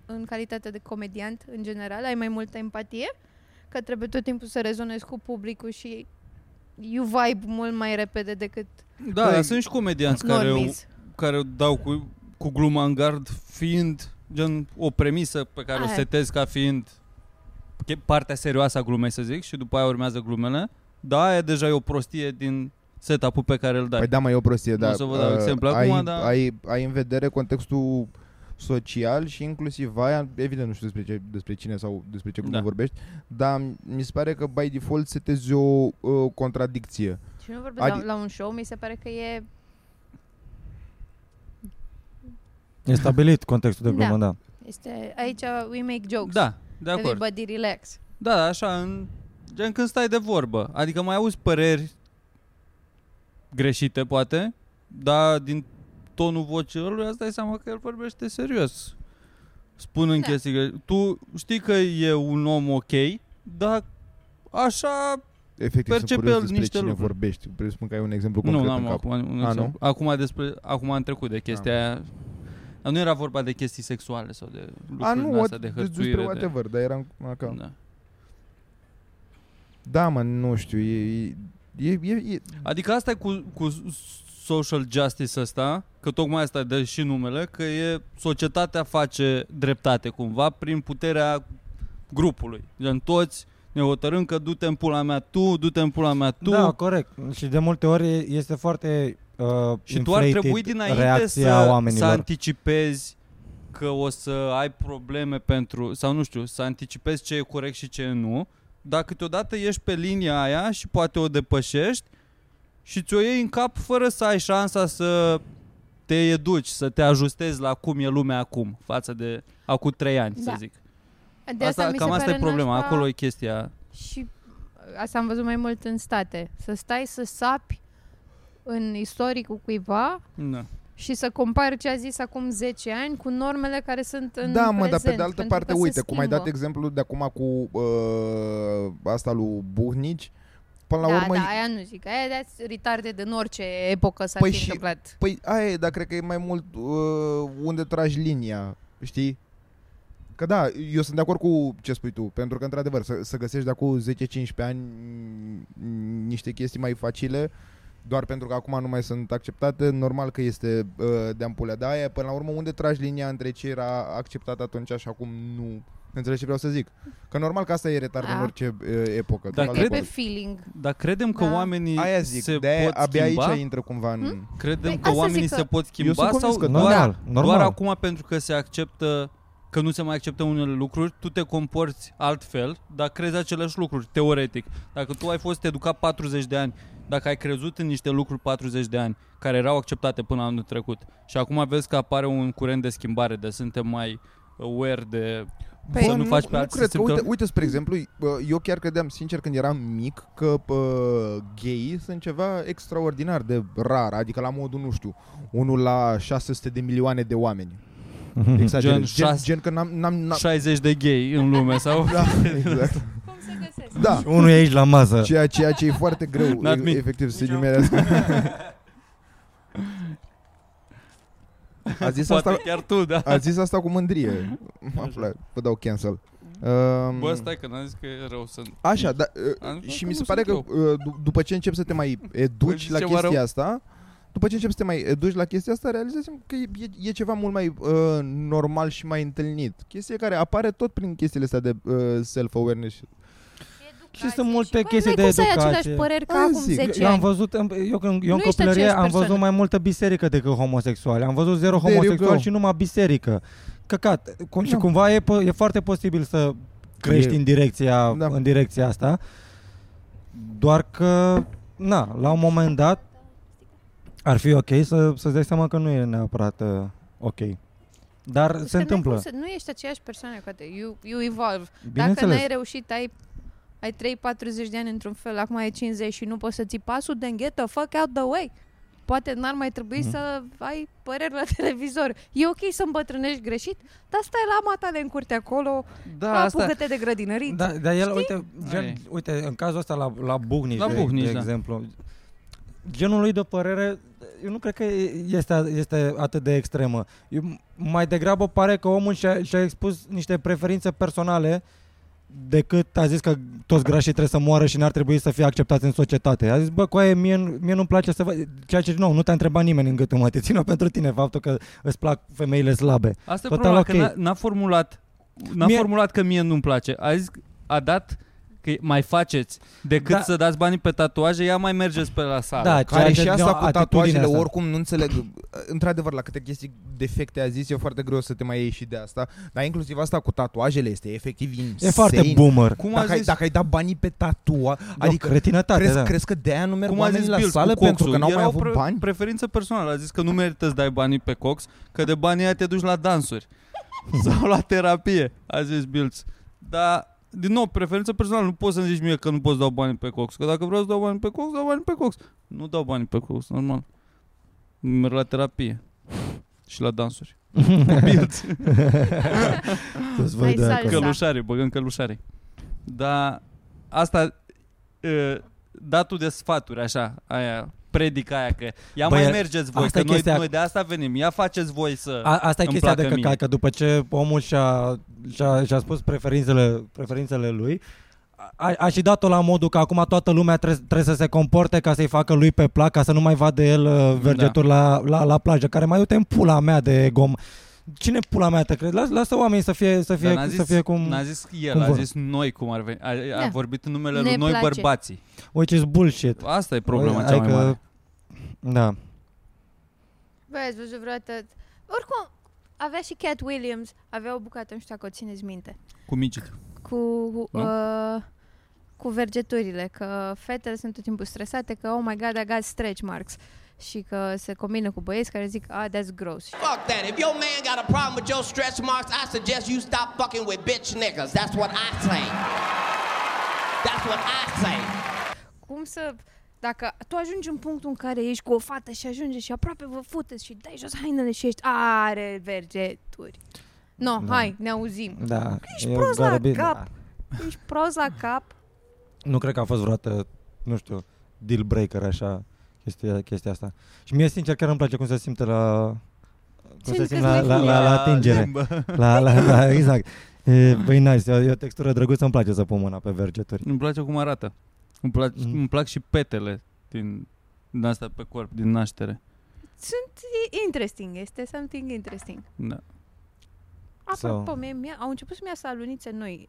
în calitate de comediant, în general, ai mai multă empatie, că trebuie tot timpul să rezonezi cu publicul și you vibe mult mai repede decât Da, dar Păi- sunt și comedianți care, normis. care dau cu, cu gluma în gard fiind gen o premisă pe care o Aia. setezi ca fiind che- partea serioasă a glumei, să zic, și după aia urmează glumele. Da, aia deja e o prostie din setup-ul pe care îl dai. Păi da, mai e o prostie, Nu dar o să vă dau uh, exemplu ai, acum, dar- ai, ai în vedere contextul social și inclusiv aia, evident nu știu despre, ce, despre cine sau despre ce glumă Da. vorbești, dar mi se pare că by default setezi o uh, contradicție. Și nu vorbesc Adi... Adi- la, la un show, mi se pare că e E stabilit contextul de glumă, da. Este, aici we make jokes. da, de acord. Everybody relax. Da, da, așa, în, gen când stai de vorbă. Adică mai auzi păreri greșite, poate, dar din tonul vocii lui îți dai seama că el vorbește serios. Spun în Da. da. chestii gre- Tu știi că e un om ok, dar așa... Efectiv, Percepe sunt curios el despre niște cine lucruri. vorbești. Presupun că ai un exemplu Nu, concret în n-am cap. acum un A, Ah. exemplu. Acum, despre, acum am trecut de chestia aia. Dar nu era vorba de chestii sexuale sau de lucruri A, nu, astea, what, de de hărțuire. despre de, whatever, dar eram ca... Da. da. da, mă, nu știu, e... e- E, e, e, Adică asta e cu, cu social justice asta, că tocmai asta dă și numele, că e societatea face dreptate cumva prin puterea grupului. Gen toți ne hotărâm că du-te în pula mea tu, du-te în pula mea tu. Da, corect. Și de multe ori este foarte uh, și tu ar trebui inflated dinainte reacția să, să oamenilor. anticipezi că o să ai probleme pentru, sau nu știu, să anticipezi ce e corect și ce e nu, dar câteodată ești pe linia aia și poate o depășești și ți-o iei în cap fără să ai șansa să te educi, să te ajustezi la cum e lumea acum, față de acum trei ani, să Da. zic. De asta, mi se cam asta e pare problema, nașpa acolo e chestia. Și asta am văzut mai mult în state. Să stai să sapi în istoricul cuiva Da. și să compari ce a zis acum 10 ani cu normele care sunt în da, mă, prezent, dar pe de altă pentru că parte, se uite, cum ai dat schimbă. exemplu de acum cu uh, asta lui Buhnici, până la da, urmă... da, aia nu zic. Aia de retarded în orice epocă s-a Păi fi și- întâmplat. Păi aia e, dar cred că e mai mult uh, unde tragi linia, știi? Că da, eu sunt de acord cu ce spui tu, pentru că într-adevăr să, să găsești de acum 10-15 ani mm, niște chestii mai facile, doar pentru că acum nu mai sunt acceptate, normal că este uh, de ampulea de aia, până la urmă unde tragi linia între ce era acceptat atunci și acum nu... Înțelegi ce vreau să zic? Că normal că asta e retard Da. în orice uh, epocă. Dar total de E cred- pe acord. feeling. Dar credem că Da. oamenii Aia zic, se de pot abia schimba? aici intră cumva în... Hm? Credem Păi, că asta oamenii zic că- se pot schimba Eu sunt sau convins că da, doar, normal, normal. doar acum pentru că se acceptă că nu se mai acceptă unele lucruri, tu te comporți altfel, dar crezi aceleași lucruri, teoretic. Dacă tu ai fost educat 40 de ani, dacă ai crezut în niște lucruri 40 de ani care erau acceptate până anul trecut și acum vezi că apare un curent de schimbare, de suntem mai uh, aware de Păi- să nu faci pe alții să cred că, uite, simtă... uite, spre exemplu, bă, eu chiar credeam, sincer, când eram mic, că bă, gay sunt ceva extraordinar de rar, adică la modul, nu știu, unul la 600 de milioane de oameni. Gen Exagerez. Gen, gen, șase- gen că n-am... n-am, n-am 60 de gay în lume sau... *laughs* da, exact. Cum se găsesc? da, Unul e aici la masă. ceea, ceea ce e foarte greu, Not e- me. efectiv, *laughs* să nimerească. A zis Poate asta... chiar tu, da. A zis asta cu mândrie. Mă afla, vă dau cancel. Um, Bă, stai că n-am zis că e rău să... Așa, da, Am uh, zis și că mi nu se sunt pare că eu. uh, du- după ce începi să te mai Păi educi zici la ceva chestia rău? asta, după ce începi să te mai educi la chestia asta, realizezi că e, e, e ceva mult mai uh, normal și mai întâlnit. Chestie care apare tot prin chestiile astea de uh, self-awareness. Și sunt multe Băi, chestii n-ai de păi cum să ai aceleași educație. păreri ca Aia acum zic, 10 Eu am ani. văzut, în- eu, când, eu în Deci, Nu ești copilărie aceeași am văzut persoană. mai multă biserică decât homosexuali. Am văzut zero There you go. homosexuali și numai biserică. Căcat. Cum, și Da. cumva e, po- e foarte posibil să crești E- în direcția, Da. în direcția asta. Doar că, na, la un moment dat ar fi ok să, să-ți dai seama că nu e neapărat uh, ok. Dar Deci se că n-ai cum întâmplă. să- Nu ești aceeași persoană cu atât. You, you evolve. Dacă Bineînțeles. n-ai reușit, ai ai 3-40 de ani într-un fel, acum ai 50 și nu poți să ții pasul, then get the fuck out the way. Poate n-ar mai trebui Mhm. să ai păreri la *laughs* televizor. E ok să îmbătrânești greșit, dar stai la matale în curte acolo, da, apucă-te de grădinărit. Da, dar el, Știi? uite, Aia e. gen, uite, în cazul ăsta la, la Buhnici, La de, Buhnici, de da. exemplu, genul lui de părere, eu nu cred că este, este atât de extremă. Eu, mai degrabă pare că omul și-a, și-a expus niște preferințe personale decât a zis că toți grașii trebuie să moară și n-ar trebui să fie acceptați în societate. A zis, bă, coaie, mie, nu- mie nu-mi place să văd... Ceea ce, nou, nu te-a întrebat nimeni în gâtul, mă, te țină *laughs* pentru tine faptul că îți plac femeile slabe. Asta e Total problema, că ok. n-a, n-a formulat n-a Mie- formulat că mie nu-mi place. A zis, a dat că mai faceți decât Da. să dați banii pe tatuaje, ea mai mergeți pe la sală. Da, Care ceea ce, și asta nu, cu atitudinea tatuajele, asta. oricum nu înțeleg. uh, Într-adevăr, la câte chestii defecte a zis, e foarte greu să te mai ieși de asta. Dar inclusiv asta cu tatuajele este efectiv insane. E foarte boomer. Cum a Dacă ai, zis, dacă ai dat banii pe tatua, Adică, adică cretinătate, crezi, da. crezi că de-aia nu merg cum a zis oamenii la Bill sală cu coxul, pentru că n-au Era mai o avut pre- bani? preferință personală. A zis că nu merită să dai banii pe cox, că de banii aia te duci la *laughs* dansuri sau la terapie, a zis Bills. Dar, din nou, preferință personală. Nu poți să-mi zici mie că nu poți dau banii pe cox. Că dacă vreau să dau banii pe cox, dau banii pe cox. Nu dau banii pe cox, normal. Merg la terapie și la *laughs* dansuri. Bills. Să-ți Hai văd de să-l acolo. Exact. Călușare, băgăm călușare. Dar asta, uh, datul de sfaturi, așa, aia, predica aia că ia Băi, mai mergeți voi, asta că e noi, chestia- noi de asta venim, ia faceți voi să... A, asta e Îmi chestia de placă căcat, mie. că după ce omul și-a, și-a, și-a spus preferințele, preferințele lui, a, a și dat-o la modul că acum toată lumea trebuie, trebuie să se comporte ca să-i facă lui pe plac, ca să nu mai vadă el uh, vergeturi da. la, la, la plajă, care mai uite în pula mea de gom. Cine pula mea te crezi? Las, lasă oamenii să fie, să Dar fie, n-a zis, să fie cum... n-a zis el, cum a vor. zis noi cum ar veni, a, a Da. vorbit în numele Ne lui noi place. bărbații. Uite, ce bullshit. Asta e problema Băi, cea mai adică- mare. Da. Băi, ați văzut vreodată... Oricum, avea și Cat Williams, avea o bucată, nu știu dacă o țineți minte, Cu micit. cu... Uh, cu vergeturile, că fetele sunt tot timpul stresate, că oh my god, I got stretch marks și că se combină cu băieți care zic, ah, that's gross. Fuck that. If your man got a problem with your stretch marks, I suggest you stop fucking with bitch niggas. That's what I say. That's what I say. cum să... Dacă tu ajungi în punctul în care ești cu o fată și ajungi și aproape vă futeți și dai jos hainele și ești, are vergeturi. No, da. hai, ne auzim. Da. Ești E prost la garbage. cap. Ești prost la cap. Nu cred că a fost vreodată, nu știu, deal breaker așa, chestia, chestia asta. Și mie sincer chiar îmi place cum se simte la cum Simt se că simte la, sunt la, la, la *laughs* atingere. limbă. La, la, la, exact. E, băi, nice, e o, e o textură drăguță, îmi place să pun mâna pe vergeturi. *laughs* Îmi place cum arată. Îmi, plac, Mhm. îmi plac și petele din, din asta pe corp, din naștere. Sunt e interesting, este something interesting. Da. Apropo, Sau- mie, mie, au început să-mi iasă alunițe noi.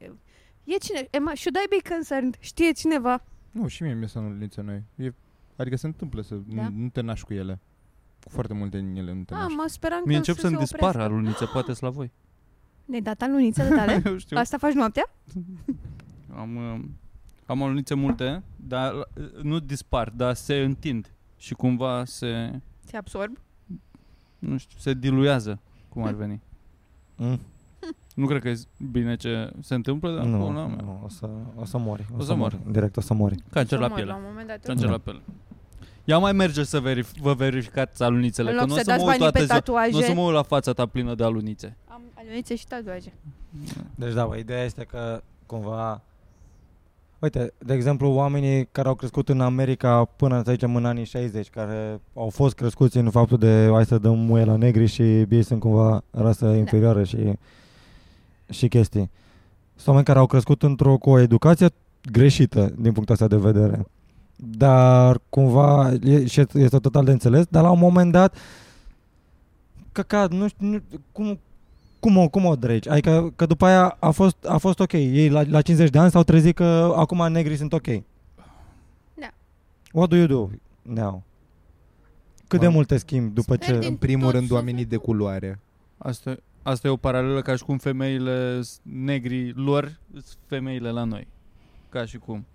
E cine, Emma, should I be concerned? Știe cineva? Nu, și mie mi se anulinițe noi. E, adică se întâmplă să Da. da. nu te naști cu ele. Cu foarte multe din ele nu te Ah, naști. mă speram că Mie încep să-mi se dispară oprească. alunițe, poate la *laughs* voi. Ne-ai dat alunițele tale? Eu *laughs* știu. Asta faci noaptea? Am, um, am alunițe multe, dar uh, nu dispar, dar se întind și cumva se, Se absorb? Mm. nu știu, se diluează, cum ar veni. Mm. Nu cred că e bine ce se întâmplă, dar nu, pula Da, mea. nu, o să, o să mori. O, să Direct o să mori. Cancer la Să mor piele. un moment dat. Cancer la piele. Ia mai merge să verif- vă verificați alunițele, În că nu loc o să să mă dați uit banii toată pe ziua. Nu o să tatuaje, mă uit la fața ta plină de alunițe. am alunițe și tatuaje. Deci da, bă, ideea este că cumva... Uite, de exemplu, oamenii care au crescut în America până, să zicem, în anii 60, care au fost crescuți în faptul de hai să dăm muie la negri și ei sunt cumva rasă inferioară și, și chestii. Sunt oameni care au crescut într-o cu o educație greșită din punctul ăsta de vedere. Dar cumva e, și este total de înțeles, dar la un moment dat căcat, nu știu, nu, cum, cum, o, cum o dregi? Adică că după aia a fost, a fost ok. Ei la, la 50 de ani s-au trezit că acum negrii sunt ok. Da. What do you do now? Cât de Mă- multe schimbi după Sper ce... din- În primul Tot rând oamenii de sufletul. culoare. Asta, e- asta e o paralelă ca și cum femeile s- negri lor sunt femeile la noi. Ca și cum.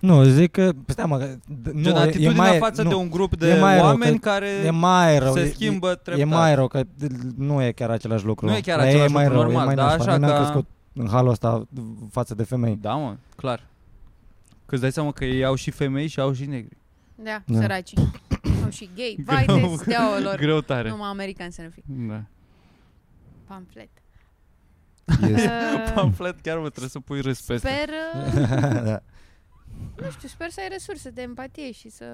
Nu, zic că... Stai mă, că- d- nu, Gen, e, e atitudinea mai, față nu, de un grup de e mai rău oameni că- care e mai rău. se e- schimbă e, treptat. e mai rău, că d- nu e chiar același lucru. Nu e chiar La ei același e mai lucru, rău, normal, e mai dar nașpa. așa Noi ca- N-am crescut în halul ăsta față de *laughs* femei. Da, mă, clar. Că îți dai seama că ei au și femei și au și negri. Da, Da. săracii. Au și gay. Vai Greu. de steaua lor. Greu tare. Numai americani să nu fie. Da. Pamflet. Yes. Uh, *laughs* Pamflet chiar mă trebuie să pui râs peste. sper, *laughs* uh, da. nu știu, sper să ai resurse de empatie și să...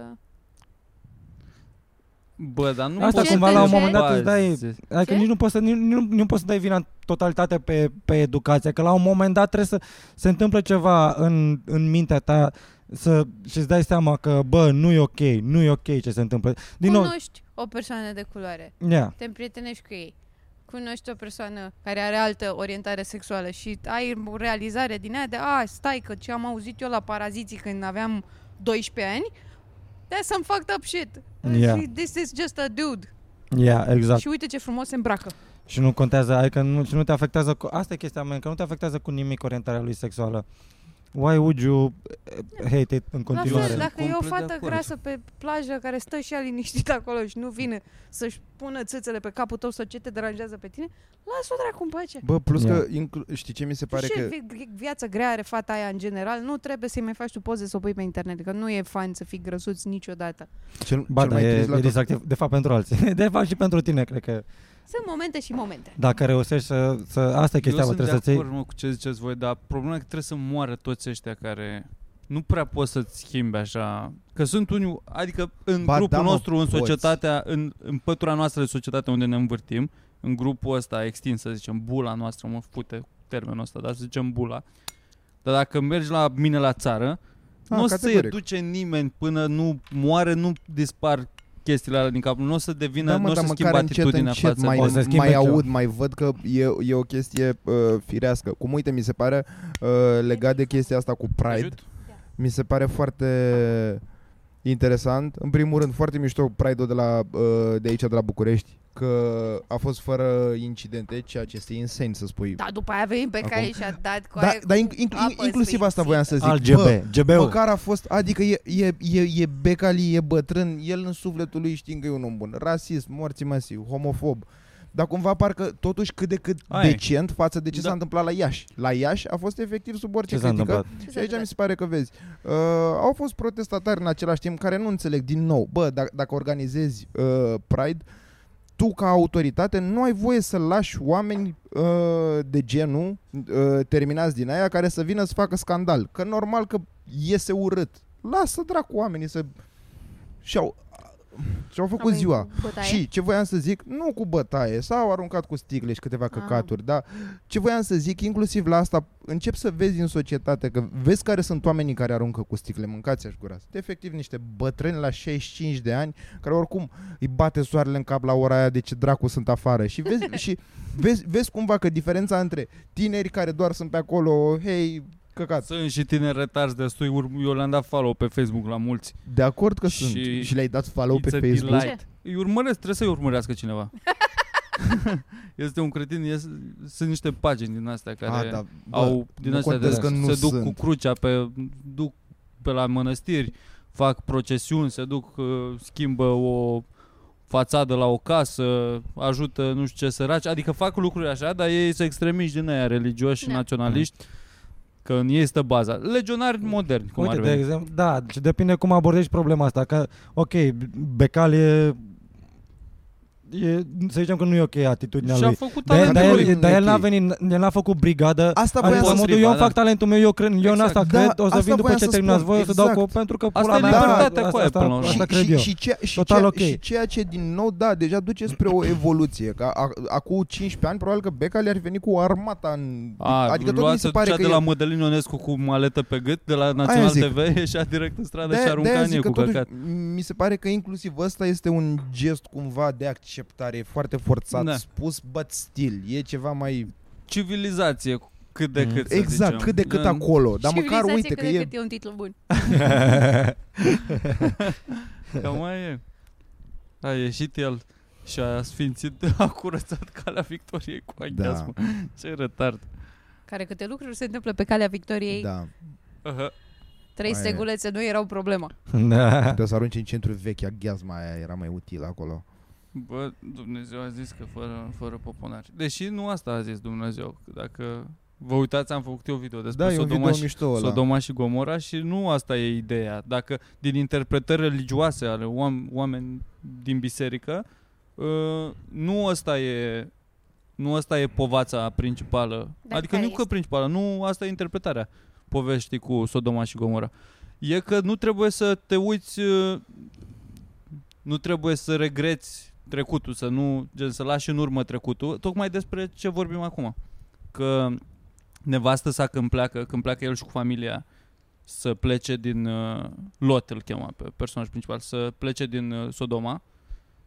Bă, dar nu Asta poți să cumva te la un moment dat îți dai- bazezi. Adică Ce? nici nu poți să, nici, nici nu, nici nu poți să dai vina în totalitate pe, pe educație, că la un moment dat trebuie să se întâmplă ceva în, în mintea ta să, și îți dai seama că, bă, nu e ok, nu e ok ce se întâmplă. Din nou, Cunoști o persoană de culoare. yeah. Te împrietenești cu ei. Cunoști o persoană care are altă orientare sexuală și ai o realizare din ea de a, stai că ce am auzit eu la paraziții când aveam 12 ani, that's some fucked up shit. Yeah. Și This is just a dude. Yeah, exact. Și uite ce frumos se îmbracă. Și nu contează, adică nu, și nu te afectează cu, asta e chestia mea, că nu te afectează cu nimic orientarea lui sexuală. Why would you eh, hate it în La continuare? fel, dacă e o Complet de fată acord. grasă pe plajă care stă și ea liniștită acolo și nu vine să-și pună țâțele pe capul tău sau ce te deranjează pe tine, lasă-o dracu în pace. Bă, plus că inclu- știi ce mi se pare Pare Păi că Păi ce vi- viață grea are fata aia în general? Nu trebuie să-i mai faci tu poze să o pui pe internet, că nu e fan să fii grăsuț niciodată. cel, Ba, cel da, mai e, trist la e tot... distractiv, de fapt pentru alții. *laughs* De fapt și pentru tine, cred că. Sunt momente și momente. Dacă reușești să, să asta e chestia, Eu bă, sunt trebuie să de ții. acord, mă, cu ce ziceți voi, dar problema e că trebuie să moară toți ăștia care nu prea poți să-ți schimbi așa. Că sunt unii, adică în Ba, grupul da, mă, nostru, în poți. societatea, în, în pătura noastră de societate unde ne învârtim, în grupul ăsta extins, să zicem, bula noastră, mă fute termenul ăsta, dar să zicem bula. Dar dacă mergi la mine la țară, A, nu o să se Ah, categoric. educe nimeni până nu moare, nu dispar chestiile alea din cap, nu o să devină, Da, nu mă, o să dar schimbe măcar încet, atitudinea încet față mai, de... O să schimbe mai ceva. aud, mai văd că e, e o chestie uh, firească. Cum uite, mi se pare uh, legat de chestia asta cu Pride, Ajut? mi se pare foarte interesant. În primul rând, foarte mișto Pride-ul de, la, uh, de aici, de la București, că a fost fără incidente, ceea ce este insane să spui. Da, după aia venim pe Acum. care și-a dat cu Da, aia dar cu inc- inc- apă inclusiv sfințită. asta voiam să zic. Al bă, GB, GB -ul. Măcar a fost, adică e, e, e, e becali, e bătrân, el în sufletul lui știm că e un om bun. Rasist, morții masiv, homofob. Dar cumva parcă totuși cât de cât Aia e. decent față de ce Da. s-a întâmplat la Iași. La Iași a fost efectiv sub orice Ce s-a critică. întâmplat? Ce Și să aici mi vezi? se pare că vezi. Uh, au fost protestatari în același timp care nu înțeleg din nou. Bă, dacă, dacă organizezi uh, Pride, tu ca autoritate nu ai voie să lași oameni uh, de genul uh, terminați din aia care să vină să facă scandal. Că normal că iese urât. Lasă dracu oamenii să... Și-au, și-au făcut Am ziua. bătaie. Și ce voiam să zic, nu cu bătaie, s-au aruncat cu sticle și câteva Ah. căcaturi, dar ce voiam să zic, inclusiv la asta, încep să vezi în societate că vezi care sunt oamenii care aruncă cu sticle, mâncați aș gura. Sunt efectiv niște bătrâni la 65 de ani care oricum îi bate soarele în cap la ora aia de ce dracu sunt afară și vezi, și vezi, vezi cumva că diferența între tineri care doar sunt pe acolo, hei, căcat, Sunt și tineri retarzi destui, ur- eu le-am dat follow pe Facebook la mulți. de acord că Și- sunt și le-ai dat follow pe It's a Facebook. delight. Îi urmăresc, trebuie să-i urmărească cineva. este un cretin, este, sunt niște pagini din astea care Ah, da, bă, au din nu astea de, contez că nu se duc sunt. cu crucea pe duc pe la mănăstiri, fac procesiuni, se duc uh, schimbă o fațadă la o casă, ajută nu știu ce săraci, adică fac lucruri așa, dar ei sunt extremiști din aia, religioși și Da. naționaliști, că în ei stă baza. Legionari moderni, cum Uite, ar de veni. exemplu, da, deci depinde cum abordezi problema asta. Că, ok, Becal e, e, să zicem că nu e ok atitudinea Și-a lui. făcut Dar, talentul dar, lui. lui. el, dar el n-a Ok. venit, el n-a făcut brigadă. Asta Adică voiam la să- modul, Împotriva, eu da. fac talentul meu, eu cred, eu în Exact. asta Da, cred, o să asta vin după voiam ce să terminați spun, voi, o să dau exact. cu pentru că Asta pula e mea, libertatea cu aia, până la urmă. asta și, cred și, eu. și, ceea, și, Total ceea, ok. și ceea ce din nou, da, deja duce spre o evoluție. Că a, acum 15 ani, probabil că Beca le-ar veni cu armata în... A, adică tot luasă mi se pare cea că de e- la Mădălin Ionescu cu maletă pe gât de la Național zic. TV, ieșea direct în stradă *laughs* și de-aia- arunca de-aia în ei zic cu că căcat. totuși, Mi se pare că inclusiv ăsta este un gest cumva de acceptare foarte forțat Da. spus, but still, e ceva mai... Civilizație cât de Mm. cât, să Exact, zicem. cât de cât Da. acolo, dar măcar Civilizație uite că cât de e... cât e un titlu bun. Cam mai e. A ieșit el și a sfințit, *laughs* a curățat calea victoriei cu aghiazmă. Da. Ce retard. Care câte lucruri se întâmplă pe calea victoriei, Da, Aha. trei Aia e. stegulețe nu erau problema. Da. trebuie să arunci în centru vechi, aghiazma aia era mai util acolo. Bă, Dumnezeu a zis că fără, fără poponari. Deși nu asta a zis Dumnezeu. Că dacă vă uitați, am făcut eu video despre Da, e un Sodoma video și mișto ăla. Sodoma și Gomora și nu asta e ideea. Dacă din interpretări religioase ale oam- oameni din biserică, uh, nu asta e nu asta e povața principală. Dar adică care nu este? că principală, nu asta e interpretarea poveștii cu Sodoma și Gomora. E că nu trebuie să te uiți uh, nu trebuie să regreți trecutul, să nu gen să lași în urmă trecutul, tocmai despre ce vorbim acum. Că nevastă sa când pleacă, când pleacă el și cu familia să plece din uh, Lot îl chema pe personajul principal, să plece din uh, Sodoma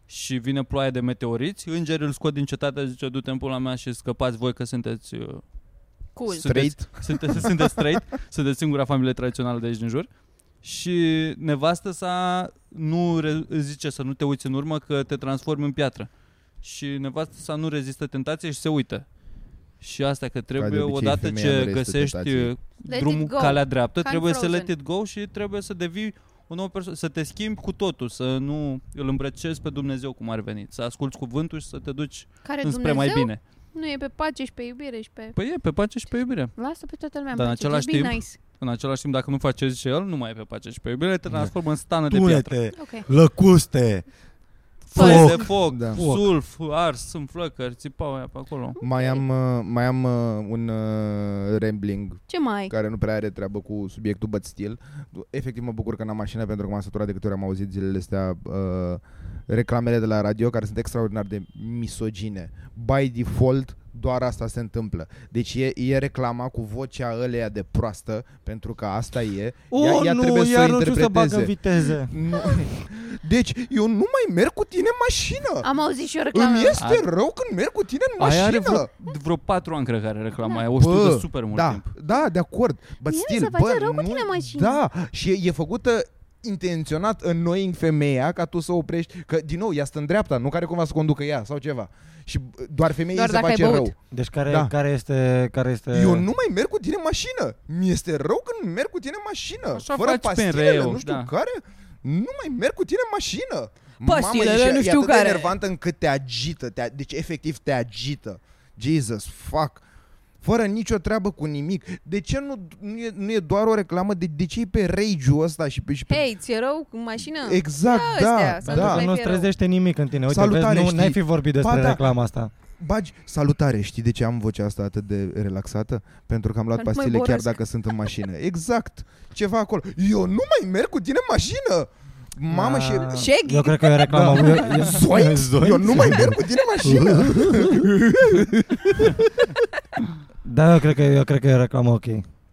și vine ploaia de meteoriți, îngerii îl scot din cetate, zice du-te în pula mea și scăpați voi că sunteți uh, Cool. Sunt- Straight, sunteți, *laughs* sunteți straight, sunteți singura familie tradițională de aici din jur. Și nevastă sa nu re- îți zice să nu te uiți în urmă că te transformi în piatră. Și nevastă sa nu rezistă tentație și se uită. Și asta că trebuie obicei, odată femeia ce nu rezistă găsești tentației. Let it drumul go. calea dreaptă, Ca în trebuie să Frozen. let it go și trebuie să devii o nouă persoană, să te schimbi cu totul, să nu îl îmbrăcezi pe Dumnezeu cum ar veni, să asculți cuvântul și să te duci Care înspre Dumnezeu mai bine. nu e pe pace și pe iubire și pe... Păi e, pe pace și pe iubire. Lasă pe toată lumea în Dar în pace, același că e bine timp- nice. În același timp, dacă nu faci ce zice el, nu mai e pe pace și pe iubire, Da. te transformă în stană de piatră. Tunete, Ok. lăcuste, Foc, de foc. foc, Da. da. sulf, ars, în flăcări, țipau aia pe acolo. mai am, uh, mai am uh, un uh, rambling Ce mai ai? care nu prea are treabă cu subiectul, but still. Efectiv mă bucur că n-am mașină pentru că m-am săturat de câte ori am auzit zilele astea uh, reclamele de la radio care sunt extraordinar de misogine. By default, doar asta se întâmplă. Deci e, e reclama cu vocea ăleia de proastă, pentru că asta e. ea, ea trebuie să o să bagă interpreteze. viteze. Nu. *laughs* Deci, eu nu mai merg cu tine în mașină. Am auzit și eu reclamă. Îmi este Are- rău când merg cu tine în Aia are mașină. vreo, vreo patru ani, cred că are reclama aia. O știu Bă, de super mult da, timp. da, de acord. But Mie mi still, se face bă, rău cu nu, tine în mașină. Da, și e, e făcută intenționat annoying femeia ca tu să oprești, că din nou ea stă în dreapta, nu care cumva să conducă ea sau ceva. Și bă, doar femeii Doar se dacă ai face băut. rău. Deci care, Da. care este... Care este... Eu nu mai merg cu tine în mașină. Mi este rău când merg cu tine în mașină. Așa Fără faci pe pastilele, reu, nu știu da. care, nu mai merg cu tine în mașină. Pastilele, Mamă, e și- nu e știu atât care. de enervantă încât te agită. Te, a- deci efectiv te agită. Jesus, fuck. Fără nicio treabă cu nimic. De ce nu, nu, e, nu e doar o reclamă? De, de ce e pe rage-ul ăsta? Și pe, și pe... Hei, ți-e rău în mașină? exact, Da, da, astea, s-a da. Pentru că mai nu-ți fie rău. trezește nimic în tine. Uite, Salutare, vezi, nu, știi. n-ai fi vorbit despre Ba da. reclama asta. Bagi, salutare, știi de ce am vocea asta atât de relaxată? Pentru că am luat Pentru că mă pastile chiar borăsc. dacă sunt în mașină. *laughs* Exact, ceva acolo. Eu nu mai merg cu tine în mașină! Mamă, și... Ah, Shaggy? Eu cred că e reclama. *laughs* Da. Eu- eu- Zoinks? Zoinks? Eu nu mai merg cu tine în mașină! *laughs* Da, eu cred că, eu cred că e o reclamă ok.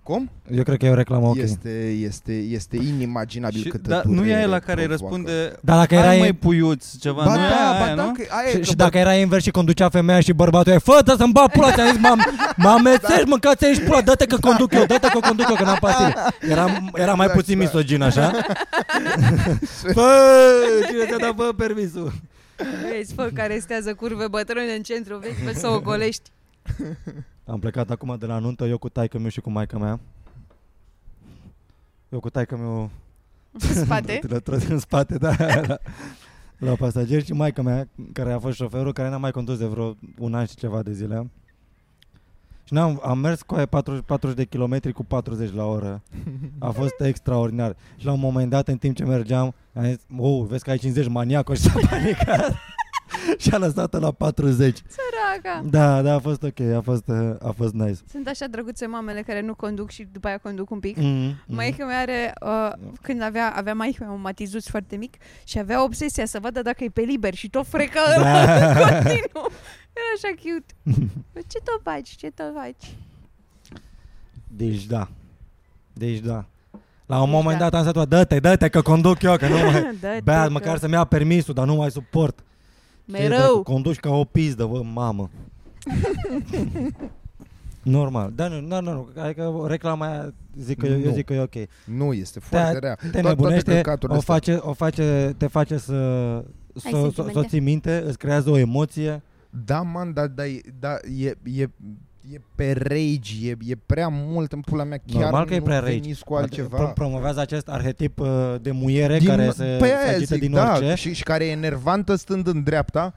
Cum? Eu cred că e o reclamă ok. Este, este, este inimaginabil Și, câtă dar nu e durere aia la care îi provoacă. răspunde Dar dacă ai erai- mai puiuți ceva, Ba nu e da, aia, ba da, nu? că aia e Și, că și bă- dacă era invers și conducea femeia și bărbatul e Fă, dă să-mi bag pula, ți-am zis, m-am, m-am Da. mețești, mâncați aici pula, dă-te că conduc eu, dă-te că conduc eu, că n-am pastile Era, era mai Exact, puțin da. misogin, *laughs* așa? Fă, cine te-a dat, bă, permisul? Vezi, fă, care stează curve bătrâne în centru vechi pe să o golești. Am plecat acum de la nuntă, eu cu taică meu și cu maica mea. Eu cu taică meu În spate. Tră- tră- în spate, da. da. la pasageri și maica mea, care a fost șoferul, care n-a mai condus de vreo un an și ceva de zile. Și n-am, am mers cu aia 40, 40 de kilometri cu 40 la oră. A fost extraordinar. Și la un moment dat, în timp ce mergeam, am zis, oh, vezi că ai 50 maniaco *laughs* și s-a panicat. și a lăsat la 40. *laughs* Săraca! Da, da, a fost ok, a fost, uh, a fost nice. Sunt așa drăguțe mamele care nu conduc și după aia conduc un pic. Mm, mm. Maica mea are, uh, când avea, avea maica mea un matizuț foarte mic și avea obsesia să vadă dacă e pe liber și tot frecă ăla Da. în *laughs* continuu. Era așa cute. Ce tot faci? Ce tot faci? Deci da. Deci da. La un Deci moment da. dat am zis, dă-te, dă-te că conduc eu, că nu mai... *laughs* Dă-te Bea, că- măcar să-mi ia permisul, dar nu mai suport. Știi, dacă Mereu. Conduci ca o pizdă, bă, mamă. *laughs* Normal. Dar nu, nu, nu, nu. Adică reclama aia, zic că, eu Nu. zic că e ok. Nu, este Te- foarte rea. Da, Te Toate- toate nebunește, căcaturile o astea. face, o face, te face să, să, să, să sentimente? o ții minte, îți creează o emoție. Da, man, dar da, e- da, e, e, e pe rage, e, e prea mult în pula mea. Chiar Normal că e nu prea rage. Adică veniți cu altceva. Pro- Promovează acest arhetip uh, de muiere Din- care se, păi se aia agită zic, din da, orice. Și, și care e enervantă stând în dreapta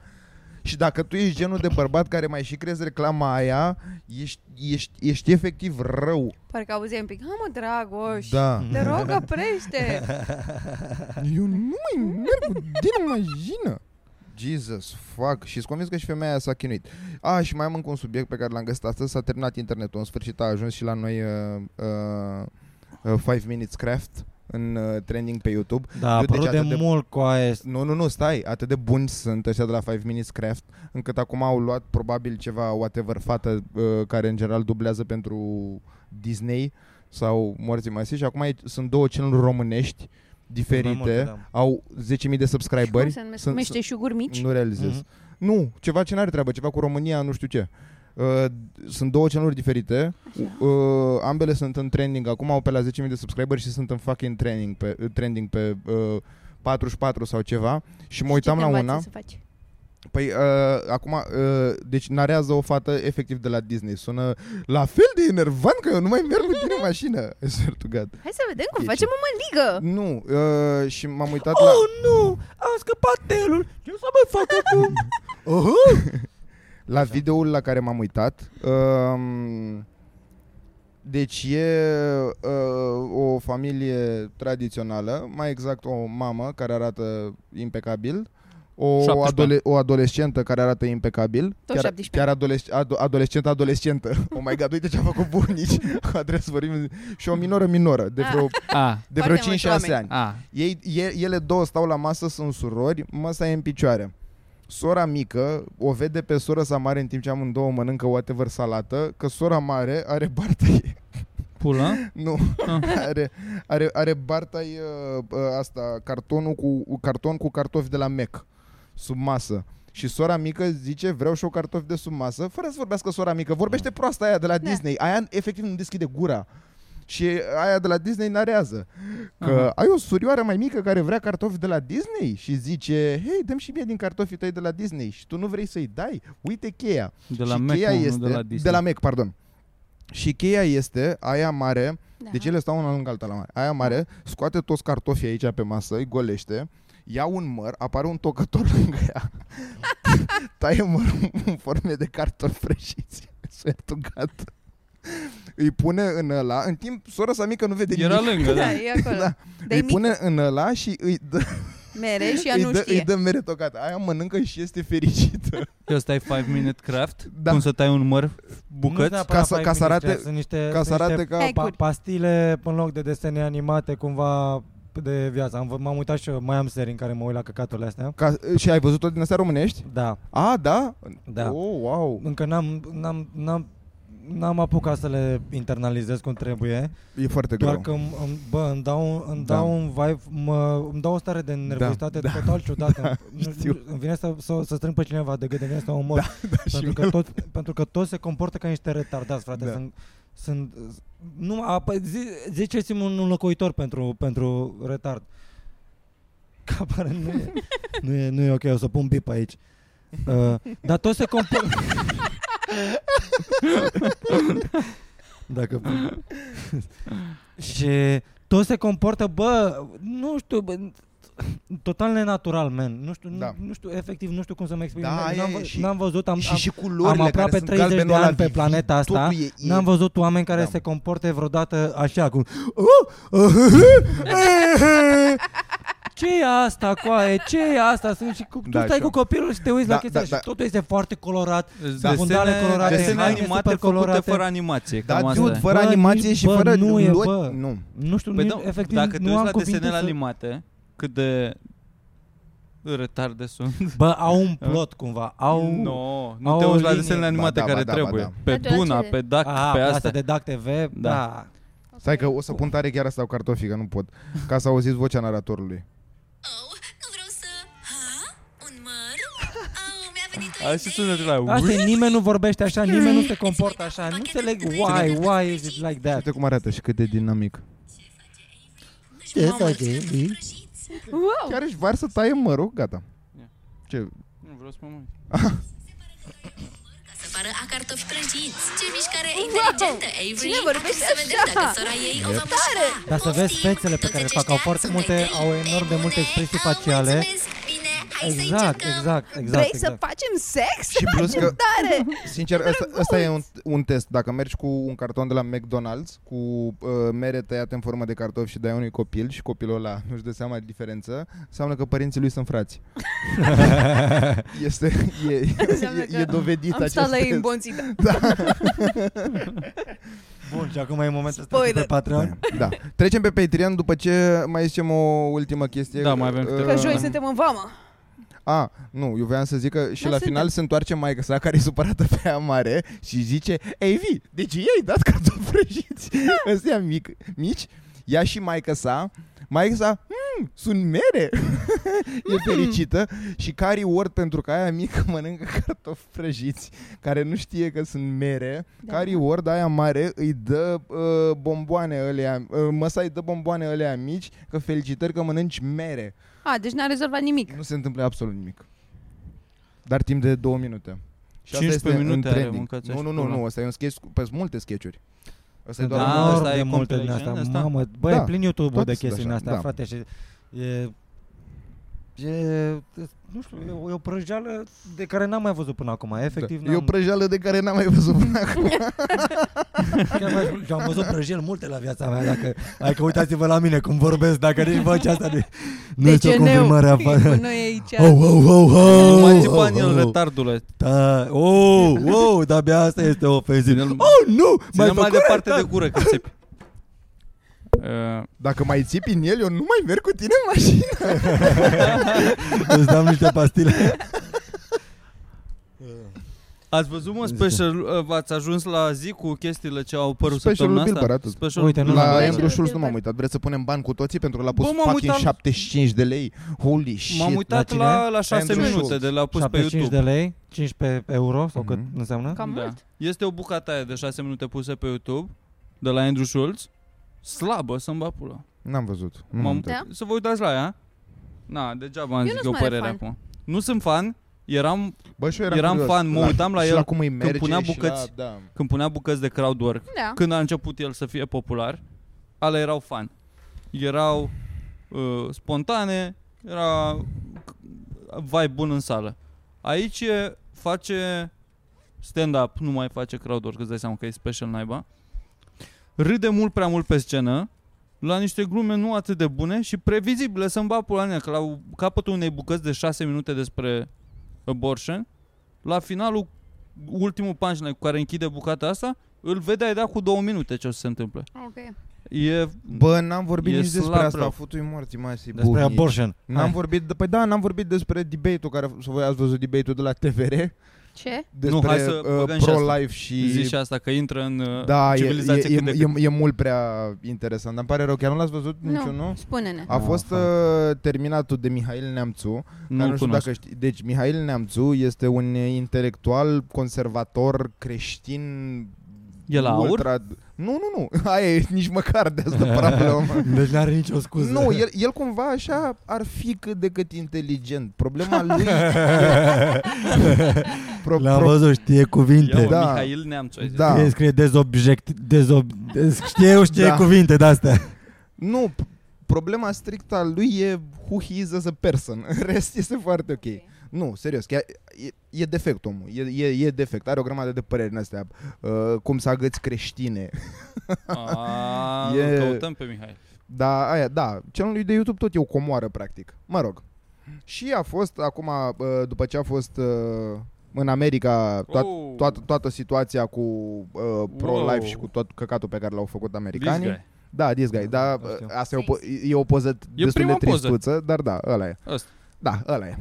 și dacă tu ești genul de bărbat care mai și crezi reclama aia, ești, ești, ești efectiv rău. Parcă auzeai un pic, ha mă, Dragoș, Da. te rog, oprește. Eu nu mai merg cu din mașină. Jesus, fuck. Și-s convins că și femeia aia s-a chinuit. A, și mai am încă un subiect pe care l-am găsit astăzi. S-a terminat internetul. În sfârșit a ajuns și la noi uh, uh, uh, 5 Minutes Craft în uh, trending pe YouTube. Da, a Eu deci apărut de, atât de- mult cu AES. Nu, nu, nu, stai, atât de buni sunt ăștia de la 5 Minutes Craft Încât acum au luat probabil ceva whatever fată uh, Care în general dublează pentru Disney Sau morții masivi Și acum e, sunt două channel românești Diferite Mai multe, da. Au 10.000 de subscriberi Cum se numesc? Numește șuguri mici? Nu realizez Mhm. Nu, ceva ce n-are treabă, ceva cu România, nu știu ce Uh, sunt două channeluri diferite uh, Ambele sunt în trending Acum au pe la 10.000 de subscriberi și sunt în fucking trending Pe, trending pe uh, 44 sau ceva Și mă uitam Ce te la învață una Să faci? Păi, uh, acum, uh, deci narează o fată efectiv de la Disney. Sună la fel de enervant că eu nu mai merg cu *laughs* tine în mașină. I swear to God. Hai să vedem cum E facem o măligă. Nu, uh, și m-am uitat la... Oh, nu! Am scăpat telul! Ce să mai fac acum? Oho! *laughs* La videoul la care m-am uitat um, Deci e uh, o familie tradițională Mai exact o mamă care arată impecabil o, 17. adole- o adolescentă care arată impecabil Tot Chiar, 17. chiar adolesc- ado- *laughs* adolescentă adolescentă Oh my god, uite ce a făcut bunici *laughs* Trebuie să vorbim Și o minoră minoră De vreo, A, de Ah, Foarte vreo 5-6 mulți oameni. ani a. ei, e, ele două stau la masă, sunt surori, măsa e în picioare. Sora mică o vede pe sora sa mare în timp ce amândouă mănâncă whatever salată, că sora mare are *laughs* bartai. Pula? Nu, Ah. *laughs* are, are, are bartai uh, uh, asta, cartonul cu, carton cu cartofi de la Mac, sub masă. Și sora mică zice, vreau și o cartofi de sub masă, fără să vorbească sora mică. Vorbește Mm. proasta aia de la Da. Disney. Aia efectiv nu deschide gura. Și aia de la Disney narează Că Aha. ai o surioară mai mică care vrea cartofi de la Disney Și zice Hei, dăm și mie din cartofii tăi de la Disney Și tu nu vrei să-i dai? Uite cheia De la Și Mac, cheia mă, este nu de la Disney. De la Mac, pardon Și cheia este aia mare Da. Deci ele stau una lângă alta la mare Aia mare scoate toți cartofii aici pe masă Îi golește Ia un măr, apare un tocător *laughs* lângă ea Taie mărul în forme de cartofi prăjiți *laughs* Swear to God îi pune în ăla, în timp sora sa mică nu vede Era nimic. lângă, da. Da, e acolo. Da. Dar e Îi mic pune în ăla și îi dă, mere și ea îi nu dă, îi știe. dă mere tocată. Aia mănâncă și este *laughs* fericită. Că ăsta e 5 minute craft? Da. Cum să tai un măr Nu bucăți? neapărat Ca să- Five ca Minutes să arate- Craft, sunt niște, Ca să sunt arate niște ca... Hai. pa- pastile în loc de desene animate cumva de viață. Am, v- m-am uitat și eu, mai am serii în care mă uit la căcaturile astea. ca și ai văzut tot din astea românești? Da, A, da? da. Oh, wow. Încă n-am, n-am, n-am, n-am apucat să le internalizez cum trebuie. E foarte Doar greu. *laughs* că îmi, îmi- bă, îmi dau, îmi Da. dau un vibe, mă, îmi dau o stare de nervozitate da, total ciudată. *laughs* Nu- știu. Îmi vine să, să, să strâng pe cineva de gât, îmi vine să o omor. pentru, Da, *laughs* și că tot, pentru că toți se comportă ca niște retardați, frate. Da. Da. Sunt, sunt, nu, a, păi, zi, ziceți-mi un înlocuitor pentru, pentru retard. Că apare, nu e, nu, e, nu e ok, o să pun bip aici. Uh, dar toți se comportă... *laughs* Dacă pun. și toți se comportă, bă, nu știu, bă, total nenatural, man. Nu știu, Da. da. nu știu, efectiv, nu știu cum să mă exprim. Da, n-am, e- n-am, e vă- și- n-am văzut, am, și, am, și culorile am aproape care sunt 30 galbene de la ani pe vivid, planeta asta. totul e- e- N-am văzut oameni care Da. se comporte vreodată așa, "Oh, cum... ce e oh, asta, coaie? ce e asta? Sunt și cu, Da, tu stai și cu eu. copilul și te uiți Da, la chestia da, și da. totul este foarte colorat. Desene- fundale colorate, desene haine animate făcute supercolorate. fără animație. Da, cam asta dude, e. fără Bă, animație nici- și bă, fără nu e, luat- bă. Nu. Nu știu, Păi nu, da, efectiv, dacă te nu uiți am la cuvinte desenele să... animate, cât de retarde sunt. Bă, au un plot cumva, *laughs* au... no, nu au te o uiți la linie. desenele animate Ba da, care ba da, ba trebuie. da. Pe Atunci- Duna, pe Dac, Aha, pe asta astea. Ah, de Dac TV, Da. da. da. Stai că o să pun tare chiar asta cu cartofii, că nu pot. Ca să auziți vocea naratorului. Oh, nu vreau să... Ha? Un măr? Oh, mi-a venit o Așa sună de la Asta Ui. e, nimeni nu vorbește așa, nimeni nu se comportă așa. Nu înțeleg why, why is it like that. Uite cum arată și cât de dinamic. Ce face? Wow! Chiar își varsă, taie mărul, gata. Ce? Nu vreau să mă mai- Să pară a cartofi prăjiți. Ce mișcare inteligentă, Avery. Cine vorbește Acum Să vedem așa? dacă sora ei o va mușca. Dar să vezi Poftim, fețele pe toți care le fac, aceștia au foarte sunt multe, ai tăi, au enorm de pe multe bune. expresii Au, faciale. mulțumesc. Bine, hai să Exact, încercăm. exact, exact. Vrei exact. să facem sex? Și plus că, Tare! sincer, ăsta, ăsta e un, un test. Dacă mergi cu un carton de la McDonald's, cu uh, mere tăiate în formă de cartofi și dai unui copil și copilul ăla nu-și dă seama de diferență, înseamnă că părinții lui sunt frați. este, e, Înseamnă e, că e, e dovedit Am acest stat la ei test. în bonțita. Bun, și acum e momentul să Spoiler. trecem pe Patreon. Da. Trecem pe Patreon după ce mai zicem o ultimă chestie. Uh, Da, mai avem Că câteva. joi suntem în vamă. A, nu, eu voiam să zic că și Da, la suntem. final se întoarce maica sa care e supărată pe ea mare și zice Evi, deci ei dat *laughs* *laughs* cartofi prăjiți ăstea mic, mici, ea și maica sa Maica sa, "Mm, sunt mere *laughs* Hmm. E fericită Și Cari Ward pentru că aia mică *laughs* mănâncă cartofi prăjiți Care nu știe că sunt mere Da. Cari Ward, aia mare, îi dă uh, bomboane alea uh, Măsa îi dă bomboane alea mici Că felicitări că mănânci mere A, deci n-a rezolvat nimic. nu se întâmplă absolut nimic. Dar timp de două minute. Și asta 15 este în minute are trending. mâncața Nu, și nu, nu, pula. nu, asta e un sketch, cu- pe multe sketchuri. Asta e Sunt doar Da, unul. asta e enorm de multe din completion, asta. asta. Mamă, bă, Da, e plin YouTube-ul toate de sunt chestii din așa, astea, da. frate, și e... E, nu știu, e o, e o prăjeală de care n-am mai văzut până acum, efectiv Da. E o n-am, prăjeală de care n-am mai văzut până acum. Chiar mai spun, eu am văzut prăjeli multe la viața mea dacă, Hai că uitați-vă la mine cum vorbesc Dacă nici vocea asta nu, nu de este o ce confirmare a *laughs* Cu noi aici. Oh, oh, oh, Nu mai oh, țipa în el oh, retardule. Da, oh, oh, dar abia asta este ofensiv. Ține-l- Oh, nu! Ține mai făcut departe de retard. gură că țipi. Eh, Uh, Dacă mai țipi în el, eu nu mai merg cu tine în mașină. Îți dau niște pastile. Ați văzut, mă, special, uh, v-ați ajuns la zi cu chestiile ce au apărut Specialul săptămâna asta? Bilbar, atât. Specialul Uite, nu Bilbar. l-am La Da. Andrew Schulz nu Da. m-am uitat. Vreți să punem bani cu toții pentru că l-a pus Bă, m-am fucking uitat- 75 de lei. Holy shit. M-am uitat cine? la, la 6 Andrew minute Schulz. de la *laughs* pus pe 75 YouTube. Da. de lei, 15 euro sau cât Mhm. înseamnă? Cam mult. Este o bucată aia de 6 minute pusă pe YouTube de la Andrew Schulz. Slabă să-mi bă pula. N-am văzut. Nu M-am m-am uitat. uitat. da? Să vă uitați la ea. Na, degeaba am Eu zic nu eu sunt mare părerea fan. acum. Nu sunt fan, eram Bă, și eu eram, Eram curios. fan, mă uitam la și el la cum îi merge punea și bucăți. La, da. când punea bucăți de crowd work. Da. Când a început el să fie popular, ale erau fan. Erau uh, spontane, era vai bun în sală. Aici e- face stand-up, nu mai face crowd work, îți dai seama că e special naiba. Râde mult prea mult pe scenă, la niște glume nu atât de bune și previzibile să-mi bag pula în ea, că la capătul unei bucăți de 6 minute despre abortion, la finalul ultimul punchline cu care închide bucata asta, îl vedeai da cu două minute ce o să se întâmple. Ok. E... Bă, n-am vorbit E nici despre slab, asta. rău. Futui morții masii. Despre buhnici. abortion. N-am vorbit, de, păi da, n-am vorbit despre debate-ul care, să voi ați văzut debate-ul de la TVR, Ce? despre hai să uh, băgăm și pro-life și... Zici asta că intră în uh, da, e, civilizație e, cât de e, e, e mult prea interesant, dar îmi pare rău, chiar nu l-ați văzut niciunul? Nu. Spune-ne. A No, fost fuck. uh, terminatul de Mihail Neamțu, care nu nu știu cunosc. dacă știi. Deci Mihail Neamțu este un intelectual conservator creștin E la aur? ultra... Nu, nu, nu. *laughs* Aia e nici măcar de asta *laughs* problemă. Deci n-are nicio scuză. Nu, el, el cumva așa ar fi cât de cât inteligent. *laughs* Problema lui... pro, L-am văzut, știe Ia cuvinte. uite, da. Mihail Neamțu, ai zis. Da. Scrie, scrie dezobject, dezob, știe, știe Da. cuvinte de astea. Nu, p- problema strict a lui e who he is as a person. *laughs* În rest este foarte ok. Ok. Nu, serios, chiar e, e defect omul. E, e, e defect. Are o grămadă de păreri în astea. Uh, cum să agăți creștine. *laughs* A, E- Ah, îl căutăm pe Mihai. Da, aia, da, celui de YouTube tot e o comoară, practic. Mă rog. Și a fost, acum, uh, după ce a fost uh, în America toat, Oh. toată, toată situația cu uh, pro-life Wow. și cu tot căcatul pe care l-au făcut This americanii. guy. Da, this guy, da, Da, știu. asta e o, po- e o poză E destul de prima poză. tristuță, dar da, ăla e. Ăsta. Da, ăla e.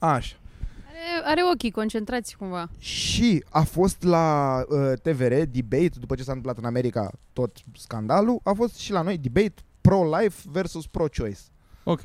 Așa. Are, are ochii concentrați cumva. Și a fost la uh, TVR debate, după ce s-a întâmplat în America tot scandalul, a fost și la noi debate pro-life versus pro-choice. Ok.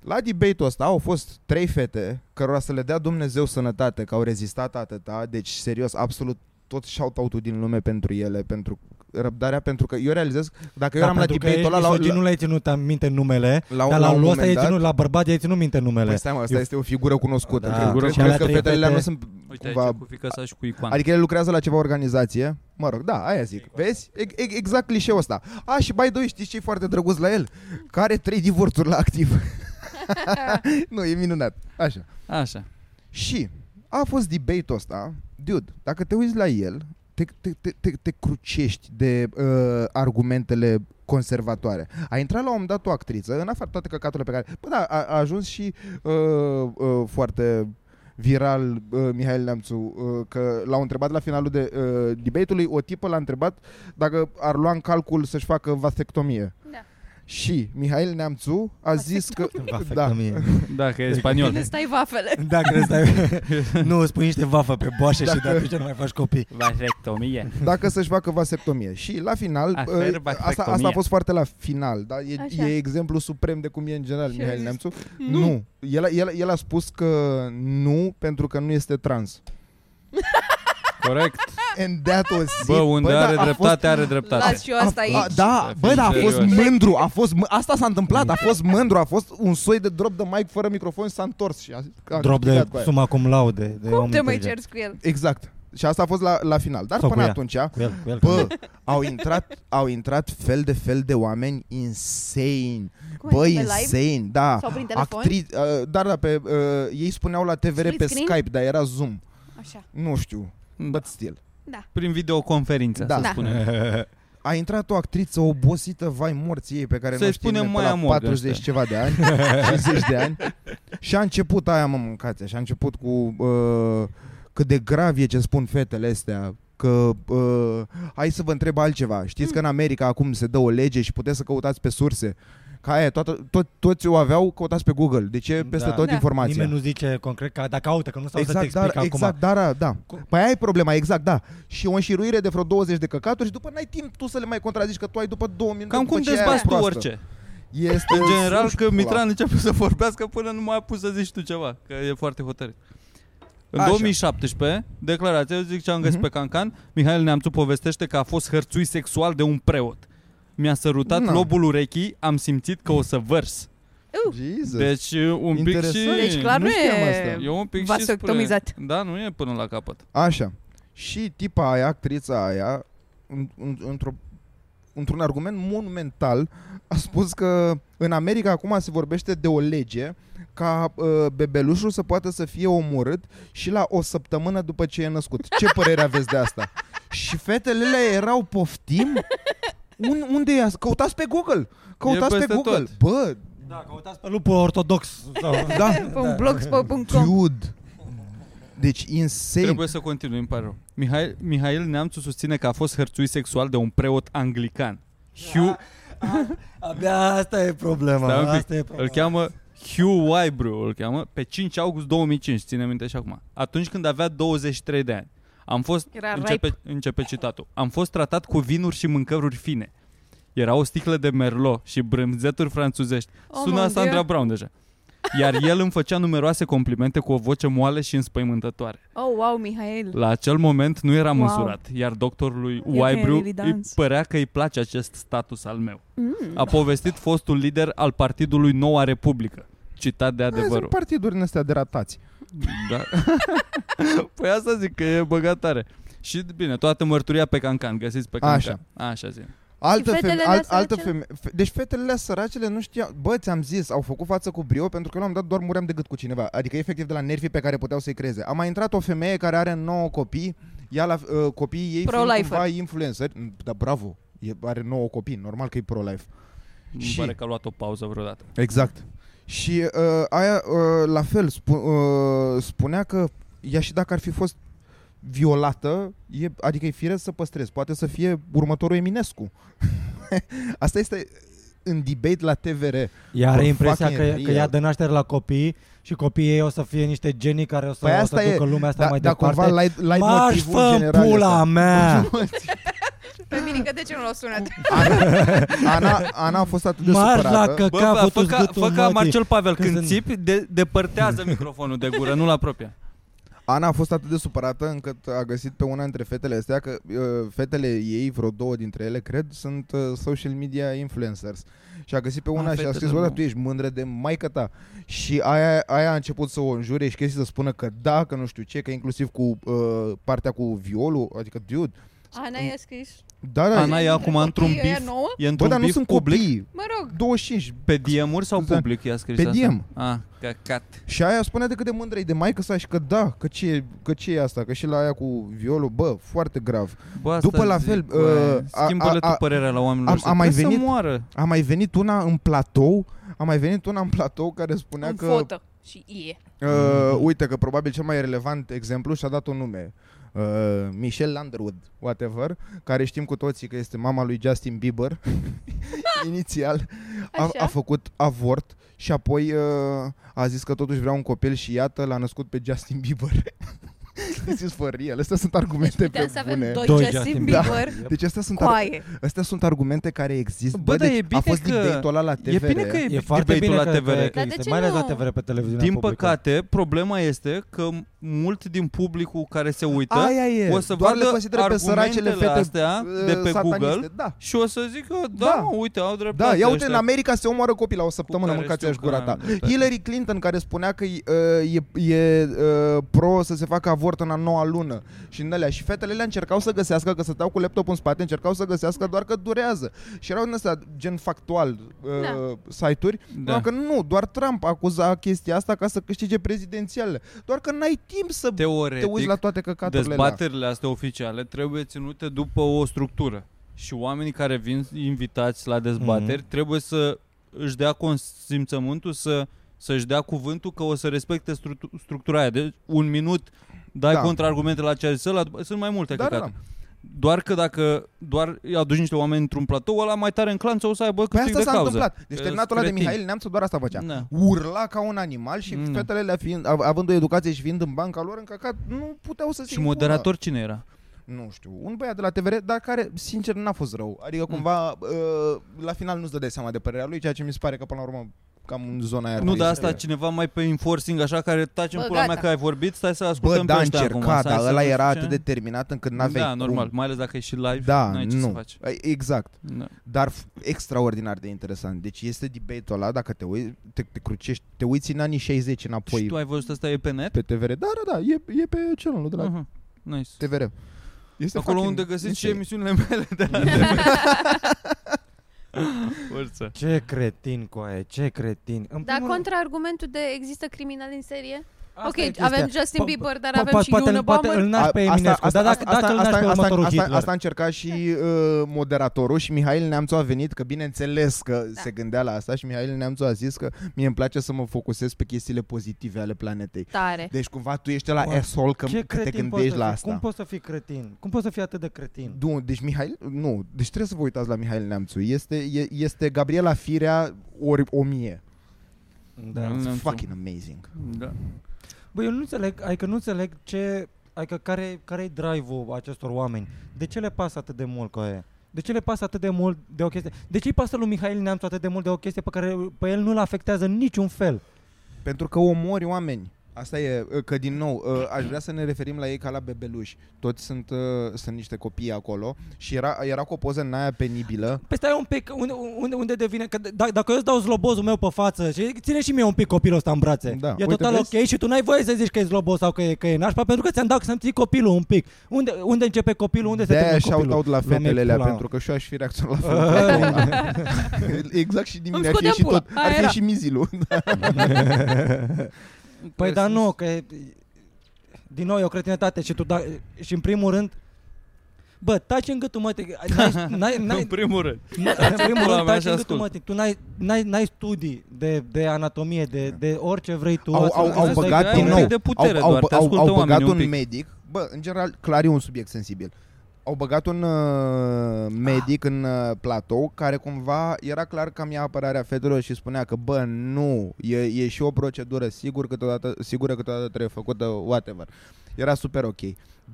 La debate-ul ăsta au fost trei fete cărora să le dea Dumnezeu sănătate că au rezistat atâta, deci serios, absolut tot shout-out-ul din lume pentru ele, pentru răbdarea, pentru că eu realizez, dacă eu eram la Da, pentru că debate-ul ăla, la, misoginul la, l-ai ținut am- minte numele, la, dar la la lui ăsta un moment i-ai dat, ținut, la bărbat i-ai ținut minte numele. păi stai mă, asta Eu- este o figură cunoscută. Da. Da, Figură cred, cunoscută. cred că Trei fetele alea nu fete. sunt Uite cumva... aici cu fică și cu icoană. Adică ele lucrează la ceva organizație. Mă rog, da, aia zic. Vezi? E, e, exact clișeul ăsta. A, și by the way, știi ce e foarte drăguț la el? Că are trei divorțuri la *laughs* activ. *laughs* nu, e minunat. Așa. Așa. Și a fost debate-ul ăsta. Dude, dacă te uiți la el, te, te, te, te, te crucești de uh, argumentele conservatoare. A intrat la un moment dat o actriță, în afară toate căcaturile pe care... Bă, da, a, a ajuns și uh, uh, foarte viral uh, Mihail Neamțu, uh, că l-au întrebat la finalul de uh, debate-ului, o tipă l-a întrebat dacă ar lua în calcul să-și facă vasectomie. Da. Și Mihail Neamțu a zis că... Va, Da. da. Mie. *laughs* Da, că e Adică- spaniol. Bine stai vafele. Da, crezi, da. *laughs* nu, îți pui niște vafă pe boașe Da. și de atunci nu mai faci copii. Vasectomie. dacă să-și facă vasectomie. Și la final, A, uh, fer asta, vasectomie. asta a fost foarte la final, dar e, Așa. e exemplu suprem de cum e în general Și Mihail a zis, Nemțu. Nu, nu. El, a- el, a- el a spus că nu pentru că nu este trans. *laughs* Corect. And that was it. Bă, unde da, are a fost- dreptate, are dreptate. Las și eu asta A, aici. da, Să bă, fim da, a fost serioși. mândru, a fost, mâ- asta s-a întâmplat, a fost mândru, a fost un soi de drop de mic fără microfon și s-a întors și a, a Drop câștigat de cu aia. suma cum laude. De om Cum te mai inteligent. ceri cu el? Exact. Și asta a fost la, la final. Dar Sau cu până ea. atunci, Cu el, cu el. Bă, au intrat, au intrat fel de fel de oameni insane. Cum Bă, ai zis, Păi, pe live? insane, da. Sau prin telefon? Actri- uh, dar da, pe, uh, ei spuneau la TVR Split pe screen? Skype, dar era Zoom. Așa. Nu știu, Da. but still. Prin videoconferință, Da. să Da. spunem. A intrat o acriță obosită, vai morții ei, pe care Să-i nu știm spunem noi, Maia până la Morgan, 40 ăsta. ceva de ani, *laughs* 50 de ani. Și a început aia, mă, mâncați, și a început cu uh, cât de grav e ce spun fetele astea, că uh, hai să vă întreb altceva. Știți că în America acum se dă o lege și puteți să căutați pe surse. Ca aia, toată, tot, toți o aveau, căutați pe Google. Deci e peste Da. tot Da. informația. Nimeni nu zice concret că dacă aută, că nu stau să te Exact, explic dar, acum. exact, dar, da. Cu- Păi aia e problema, exact, da. Și o înșiruire de vreo 20 de căcaturi și după n-ai timp tu să le mai contrazici, că tu ai după 2 minute. Cam după cum ce aia e dezbați tu proastă. orice. Este În general suști că pula. Mitran începe să vorbească până nu mai a pus să zici tu ceva, că e foarte hotărât. În Așa. 2017, declarația, eu zic ce am găsit Mhm. pe Cancan, Mihail Neamțu povestește că a fost hărțuit sexual de un preot. Mi-a sărutat Na. lobul urechii, am simțit că o să vărs. Jesus. Deci un pic și... Interesant. Deci clar nu, nu știam e... asta. E un pic și vasectomizat. spre- Da, nu e până la capăt. Așa. Și tipa aia, actrița aia, în- în- într-o într-un argument monumental, a spus că în America acum se vorbește de o lege ca uh, bebelușul să poată să fie omorât și la o săptămână după ce e născut. Ce părere aveți de asta? Și fetele alea erau poftim? Un, unde e asta? Căutați pe Google! Căutați E pe peste Google! tot. Bă, Da, căutați pe lupul *laughs* ortodox. Sau... da, Pe un blogspot.com. dude! Deci insane! Trebuie să continui, îmi pare rău. Mihail, Mihail Neamțu susține că a fost hărțuit sexual de un preot anglican. Hugh, Abia asta e problema. Stai un pic. Asta e Îl problema. cheamă Hugh Wybrew, îl cheamă, pe 5 august 2005, ține minte și acum. Atunci când avea 23 de ani. Am fost, Era începe, începe citatul, am fost tratat cu vinuri și mâncăruri fine. Era o sticlă de merlot și brânzeturi franțuzești. Oh, Sună mon Sandra Dieu. Brown deja. Iar el îmi făcea numeroase complimente cu o voce moale și înspăimântătoare. Oh, wow, Mihail. La acel moment nu eram Wow. însurat, iar doctorului can Wybrew really îi dance. părea că îi place acest status al meu. Mm. A povestit fostul lider al partidului Noua Republică. Citat de Aia Sunt adevărul. partiduri în astea de ratați. Da. *laughs* păi asta zic că e băgatare. Și bine, toată mărturia pe cancan, găsiți pe cancan. Așa. Așa zic. Altă, fetele feme- alea al, săracele? altă feme- fe- deci fetele alea săracele nu știau, bă, ți-am zis, au făcut față cu brio pentru că eu l-am dat doar muream de gât cu cineva, adică efectiv de la nervii pe care puteau să-i creeze. A mai intrat o femeie care are 9 copii, ea la uh, copiii ei fiind Pro-lifer. cumva influencer, Mm, da bravo, e, are 9 copii, normal că e pro-life. Îmi Și- pare că a luat o pauză vreodată. Exact. Și uh, aia, uh, la fel, spu- uh, spunea că ea și dacă ar fi fost violată, e, adică e firesc să păstrezi. Poate să fie următorul Eminescu. *laughs* Asta este în debate la TVR. Ea For are impresia că, fucking că ea real. dă naștere la copii și copiii ei o să fie niște genii care o să, Păi o asta să e, ducă lumea asta Da, mai da departe. cumva l-ai, l-ai M-aș motivul fă în general pula ăsta. mea! Pe mine că de ce nu l-au sunat? Ana, Ana a fost atât de M-aș la supărată. Bă, căca, bă, fă fătuți ca, gâtul fă ca mătii. Marcel Pavel, Când când, când se- țipi, de, depărtează microfonul de gură, nu-l apropie. Ana a fost atât de supărată încât a găsit pe una dintre fetele astea că uh, fetele ei, vreo două dintre ele, cred, sunt uh, social media influencers. Și a găsit pe una și a fetele, scris, bă, dar nu." tu ești mândră de maică ta. Și aia, aia a început să o înjure și chestii să spună că da, că nu știu ce, că inclusiv cu uh, partea cu violul, adică, dude, *laughs* Ana i-a scris. da, da, Ana e acum într-un Copiii ăia bif, nouă? e bă, într-un dar nu bif sunt public. copii, Mă rog, 25. Pe DM-uri sau Scuze. public i-a scris Pe asta? DM. Ah, căcat. Și aia spunea de cât de mândră e de maică sa și că da, că ce, e- că ce e asta, că și la aia cu violul, bă, foarte grav. Bă, asta După la zic, fel, bă, uh, a- Schimbă-le tu a- a- părerea la oamenilor am- ăștia. am mai Trebuie să venit- moară. A mai venit una în platou a mai venit una în platou care spunea în că, fotă. Și e. Mhm. uh, uite că probabil cel mai relevant exemplu și-a dat un nume, uh, Michelle Underwood, whatever, care știm cu toții că este mama lui Justin *laughs* Bieber, inițial, a, Așa. a făcut avort și apoi uh, a zis că totuși vrea un copil și iată l-a născut pe Justin Bieber. *laughs* This is for real, astea sunt argumente Putem pe Deci să avem bune. doi Doi Justin Justin Bieber. Deci astea sunt, ar- Coaie. astea sunt argumente care există. Bă, dar deci e bine a fost că- debate-ul ăla la TVR. E bine că e, E foarte debate-ul bine la că, TVR. că, că Dar de este, ce mai ales la nu? TVR pe televiziunea Din publică. păcate, problema este că mult din publicul care se uită Aia e. Da? o să Doar vadă le consideră pe săracele argumentele fete astea uh, de pe sataniste. Google Da. și o să zică, da, Da. mă, uite, au dreptate Da, ia uite, ăștia. în America se omoară copii la o săptămână, care mâncați știu aș gura că ta. am dreptate. Hillary Clinton care spunea că uh, e, e uh, pro să se facă avort în a noua lună și în alea. Și fetele le încercau să găsească, că stăteau cu laptopul în spate, încercau să găsească, doar că durează. Și erau în ăsta gen factual uh, Da. site-uri, Da. doar că nu, doar Trump acuza chestia asta ca să câștige prezidențiale. Doar că n-ai timp să te, Teoretic, uiți la toate căcaturile alea. dezbaterile astea oficiale trebuie ținute după o structură și oamenii care vin invitați la dezbateri Mhm. mm-hmm. trebuie să își dea consimțământul să să-și dea cuvântul că o să respecte stru- structura aia. Deci un minut dai Da. da. contraargumente la ce a zis ăla, după- sunt mai multe Da, da, căcate. da. Doar că dacă doar îi aduci niște oameni într-un platou, ăla mai tare în clanță o să aibă Păi câștig asta de s-a cauză. întâmplat. Deci Că terminatul ăla de cretin. Mihail Neamțu doar asta făcea. Da. Urla ca un animal și Da. fetele alea fiind, av- având o educație și fiind în banca lor încăcat, nu puteau să se Și impună. moderator cine era? Nu știu, un băiat de la TVR, dar care, sincer, n-a fost rău. Adică Mm. cumva, uh, la final nu-ți dădeai seama de părerea lui, ceea ce mi se pare că până la urmă cam în zona aia. ar Nu, trebui dar să asta fie. cineva mai pe enforcing așa care taci în Bă, pula mea gata. că ai vorbit, stai să Bă, ascultăm da, pe ăștia încerca, acum. dar ăla era atât de terminat încât n-aveai Da, normal, Cum. mai ales dacă e și live, Da, n-ai ce să nu. faci. Exact. Da. dar f- extraordinar de interesant. Deci este debate-ul ăla, dacă te, uiți, te, te crucești, te uiți în anii 60 înapoi Și tu ai văzut asta e pe net? pe TVR. Da, da, da, e, e pe celălalt de la Mhm. Aha, Nice. TVR. Este Acolo fucking unde găsiți și insane. emisiunile mele de la *laughs* Urță. Ce cretin cu aia, ce cretin. În Dar primul rând- contraargumentul de există criminali în serie? Asta ok, e chestia. avem Justin Po- Bieber, dar po- avem poate- și poate- Iuna Poate îl Bomber. naști pe Eminescu, dar dacă, dacă îl naști pe următorul asta, Hitler. asta a încercat și uh, moderatorul și Mihail Neamțu a venit, că bineînțeles că da. se gândea la asta și Mihail Neamțu a zis că mie îmi place să mă focusez pe chestiile pozitive ale planetei. Tare. Deci cumva tu ești la Oameni, asshole că, Ce că te cretin poți gândești să la fii? asta. Cum poți să fii cretin? Cum poți să fii atât de cretin? Nu, deci Mihail, nu, deci trebuie să vă uitați la Mihail Neamțu. Este, e, este Gabriela Firea ori o mie. Da. It's Neamțu. fucking amazing. Da. Bă, eu nu înțeleg, adică nu înțeleg ce, adică care, care-i drive-ul acestor oameni? De ce le pasă atât de mult cu aia? De ce le pasă atât de mult de o chestie? De ce îi pasă lui Mihail Neamțu atât de mult de o chestie pe care pe el nu-l afectează în niciun fel? Pentru că omori oameni. Asta e, uh, că din nou, uh, aș vrea să ne referim la ei ca la bebeluși. Toți sunt, uh, sunt niște copii acolo și era, era cu o poză în aia penibilă. Păi stai un pic, unde, unde, unde devine? Că d- dacă eu îți dau slobozul meu pe față și ține și mie un pic copilul ăsta în brațe. Da, e uite, total vezi? ok și tu n-ai voie să zici că e sloboz sau că e, că e nașpa pentru că ți-am dat să-mi ții copilul un pic. Unde, unde începe copilul, unde se De-aia termină shout copilul? out la mea, fetele alea, pula mea. pentru că și eu aș fi reacționat la *laughs* fel. exact și din Îmi mine, ar fi scotea și pula. tot. Ar Aia fi era. și mizilul. Păi dar nu, că e- din nou e o cretinătate și tu da, și în primul rând Bă, taci în gâtul mă, te- *laughs* n-ai, n-ai, În n-ai, primul rând. Nu, în primul Pula rând, mea, taci și în gâtul ascult. mătii. Tu n-ai, n-ai, n-ai studii de, de anatomie, de, de orice vrei tu. au, Asta- au, asta au e băgat greu. din un nou pic de putere au, doar, te au, au, ascultă au băgat oamenii un, un pic. medic Bă, în general, clar e un subiect sensibil Au băgat un uh, medic în uh, platou Care cumva era clar cam ea apărarea fetelor Și spunea că, bă, nu E, e și o procedură sigur câteodată, sigură câteodată trebuie făcută Whatever Era super ok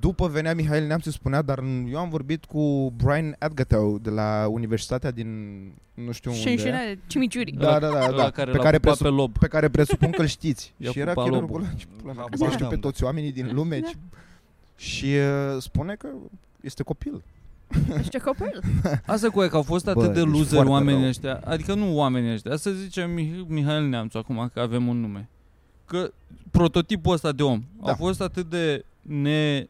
după venea Mihail Neamț și spunea, dar eu am vorbit cu Brian Edgatow de la Universitatea din nu știu unde. Șenșenele, cimiciuri. Da, da, da, Ăla da. care pe, l-a care pupat presu- pe lob. pe care presupun că îl *laughs* știți. I-a și era pupat chirurgul lobul. ăla și pula mea, Habar să știu pe n-am. toți oamenii din lume. Da. și- Și uh, spune că este copil. Ești copil. Asta cu aia că au fost Bă, atât de ești loser foarte oamenii rău. ăștia, adică nu oamenii ăștia, să zicem Mih- Mihail Neamțu acum că avem un nume. Că prototipul ăsta de om Da. au fost atât de ne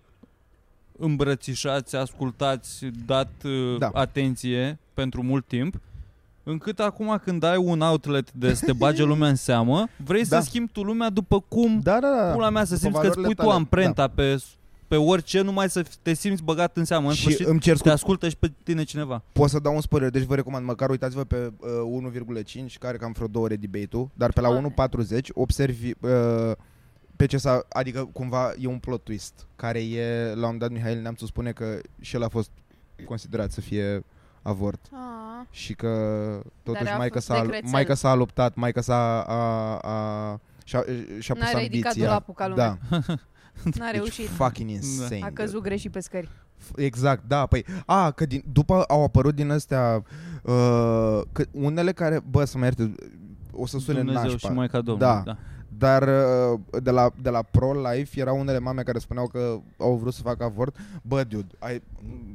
îmbrățișați, ascultați, dat uh, Da. atenție pentru mult timp, încât acum când ai un outlet de să te *laughs* bage lumea în seamă, vrei Da. să schimbi tu lumea după cum Da, da, da. pula mea să După simți că îți valorile pui tu tale, Da. amprenta pe, pe orice, numai să f- te simți băgat în seamă. În Și sfârșit, îmi cer te scuze, ascultă și pe tine cineva. pot să dau un spoiler, deci vă recomand, măcar uitați-vă pe uh, 1,5, care cam vreo 2 ore debate-ul, dar pe la Doamne. 1,40 observi uh, pe ce s-a, adică cumva e un plot twist, care e, la un moment dat Mihail Neamțu spune că și el a fost considerat să fie avort. Ah. și că totuși a maica fost s-a, de crețel. maica s-a luptat, maica s-a a, a, și-a, și-a pus N-a ridicat ambiția. dulapul ca lumea. da, N-a deci reușit. fucking Da. insane. A căzut greșit pe scări. F- Exact, da, păi, a, că din, după au apărut din astea, uh, că unele care, bă, să mă ierte, o să sune Dumnezeu nașpa, și Maica Domnului. Da. dar uh, de la, de la pro-life erau unele mame care spuneau că au vrut să facă avort. Bă, dude, ai,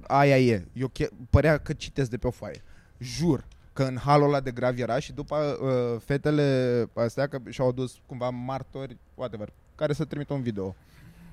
aia e. Eu che- părea că citesc de pe o foaie. Jur că în halul ăla de grav era și după uh, fetele astea că și-au adus cumva martori, whatever, care să trimită un video.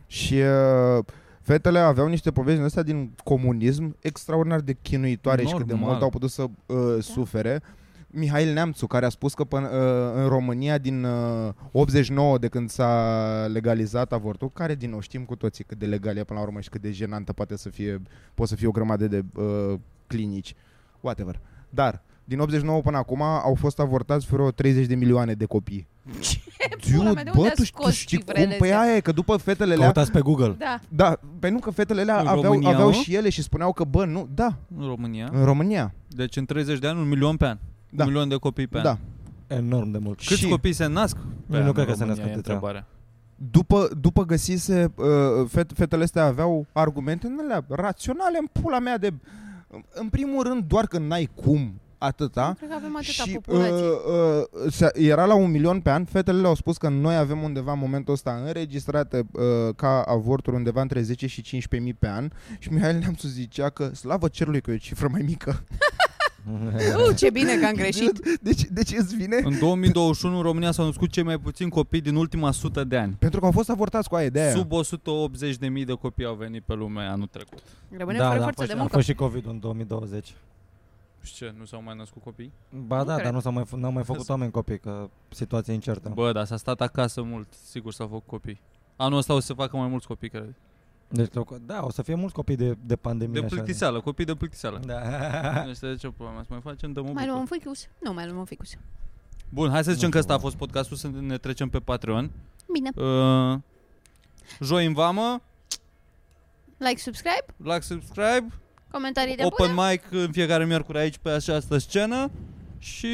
Și uh, fetele aveau niște povești din astea din comunism extraordinar de chinuitoare și cât de Normal. mult au putut să uh, Da. sufere. Mihail Neamțu, care a spus că până, uh, în România din uh, 89, de când s-a legalizat avortul, care din nou știm cu toții cât de legal e până la urmă și cât de jenantă poate să fie, poate să fie o grămadă de uh, clinici, whatever. Dar, din 89 până acum au fost avortați vreo 30 de milioane de copii. Pula mea, de bă, unde a tu, ști- tu scos știi cum? cifrele Păi astea? aia e, că după fetele alea, Căutați pe Google. Da. da, pentru că fetele alea În aveau, România, aveau mă? și ele și spuneau că, bă, nu, da, În România. în România, Deci în 30 de ani, un milion pe an. Da. Da. Un milion de copii pe da. an. Enorm de mult. Câți copii se nasc pe nu an cred în că se România, nasc e atâția. întrebarea. după, după găsise, uh, fet, fetele astea aveau argumente în alea raționale în pula mea de... În primul rând, doar că n-ai cum atâta. Cred că avem atâta Și uh, populație. uh, se- era la un milion pe an, fetele le-au spus că noi avem undeva în momentul ăsta înregistrate uh, ca avorturi undeva între 10 și 15 mii pe an și Mihail Neamțu zicea că slavă cerului că e o cifră mai mică. Uh, ce bine că am *laughs* greșit. Deci, deci îți vine? În 2021 în România s-au născut cei mai puțini copii din ultima sută de ani. Pentru că au fost avortați cu aia de aia. Sub 180.000 de copii au venit pe lume anul trecut. Rămânem fără Da, a forță fost, de și- a muncă. fost și covid în 2020. Și ce, nu s-au mai născut copii? Ba Nu da, cred. dar nu s-au mai, f- n-au mai făcut oameni copii, că situația e incertă. Da. Bă, dar s-a stat acasă mult, sigur s-au făcut copii. Anul ăsta o să se facă mai mulți copii, cred. Deci, loc- da, o să fie mulți copii de, de pandemie. De așa. plictiseală, copii de *laughs* plictiseală. Da. Nu știu de ce problema, să mai facem, dăm o Mai luăm bucură. un ficus? Nu, mai luăm un ficus. Bun, hai să Nu zicem că știu. ăsta a fost podcastul, să ne trecem pe Patreon. Bine. Uh, joi în vamă, Like, subscribe, like, subscribe, comentarii de open bună. mic în fiecare miercuri aici pe această scenă și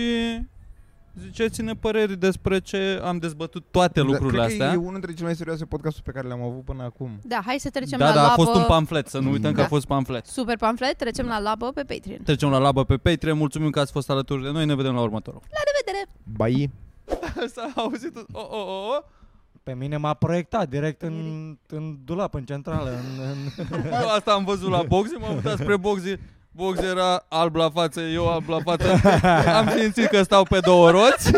ziceți-ne păreri despre ce am dezbătut toate lucrurile Da, cred astea. Că e unul dintre cele mai serioase podcasturi pe care le-am avut până acum. Da, hai să trecem da, la da, labă. a fost un pamflet, să Mm. nu uităm că a Da. fost pamflet. Super pamflet, trecem la labă pe Patreon. Da. Trecem la labă pe Patreon, mulțumim că ați fost alături *laughs* de noi, ne vedem la următorul. La revedere! Bai. S-a auzit, o, o, o, o. Pe mine m-a proiectat direct în, în dulap, în centrală. În, în... Eu asta am văzut la boxe, m-am uitat spre boxe, boxe era alb la față, eu alb la față. am simțit că stau pe două roți,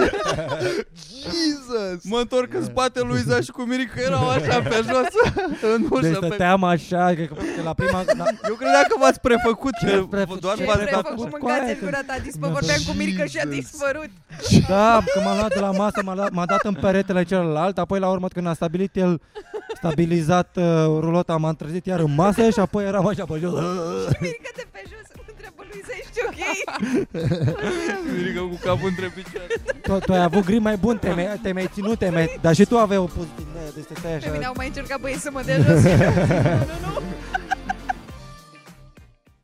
Jesus! mă întorc în spate lui Iza și cu Mirica erau așa pe jos, *laughs* în Deci ușă. Pe... stăteam așa, cred că că la *laughs* prima... da, La, Eu credeam că v-ați prefăcut, că prefăcut? doar Ce v-ați dat prefăcut? ușa. cu- Mâncați mâncați Coaie, în gura ta, dispă, că- vorbeam cu Mirica și a Jesus. dispărut. *laughs* da, că m-a luat de la masă, m-a, luat, m-a dat în peretele celălalt, apoi la urmă când a stabilit el, stabilizat uh, rulota, m-a trezit iar în masă și apoi eram așa pe jos. Mirica de pe jos, întreabă lui să ești *laughs* ok? Mirica cu capul între picioare. Tu, tu ai avut gri mai bun, te mai, te mai ținut, te mai, dar și tu aveai o pus din aia, deci stai Pe mine așa. *laughs* au mai încercat băieți să mă dea jos. Nu, nu, nu.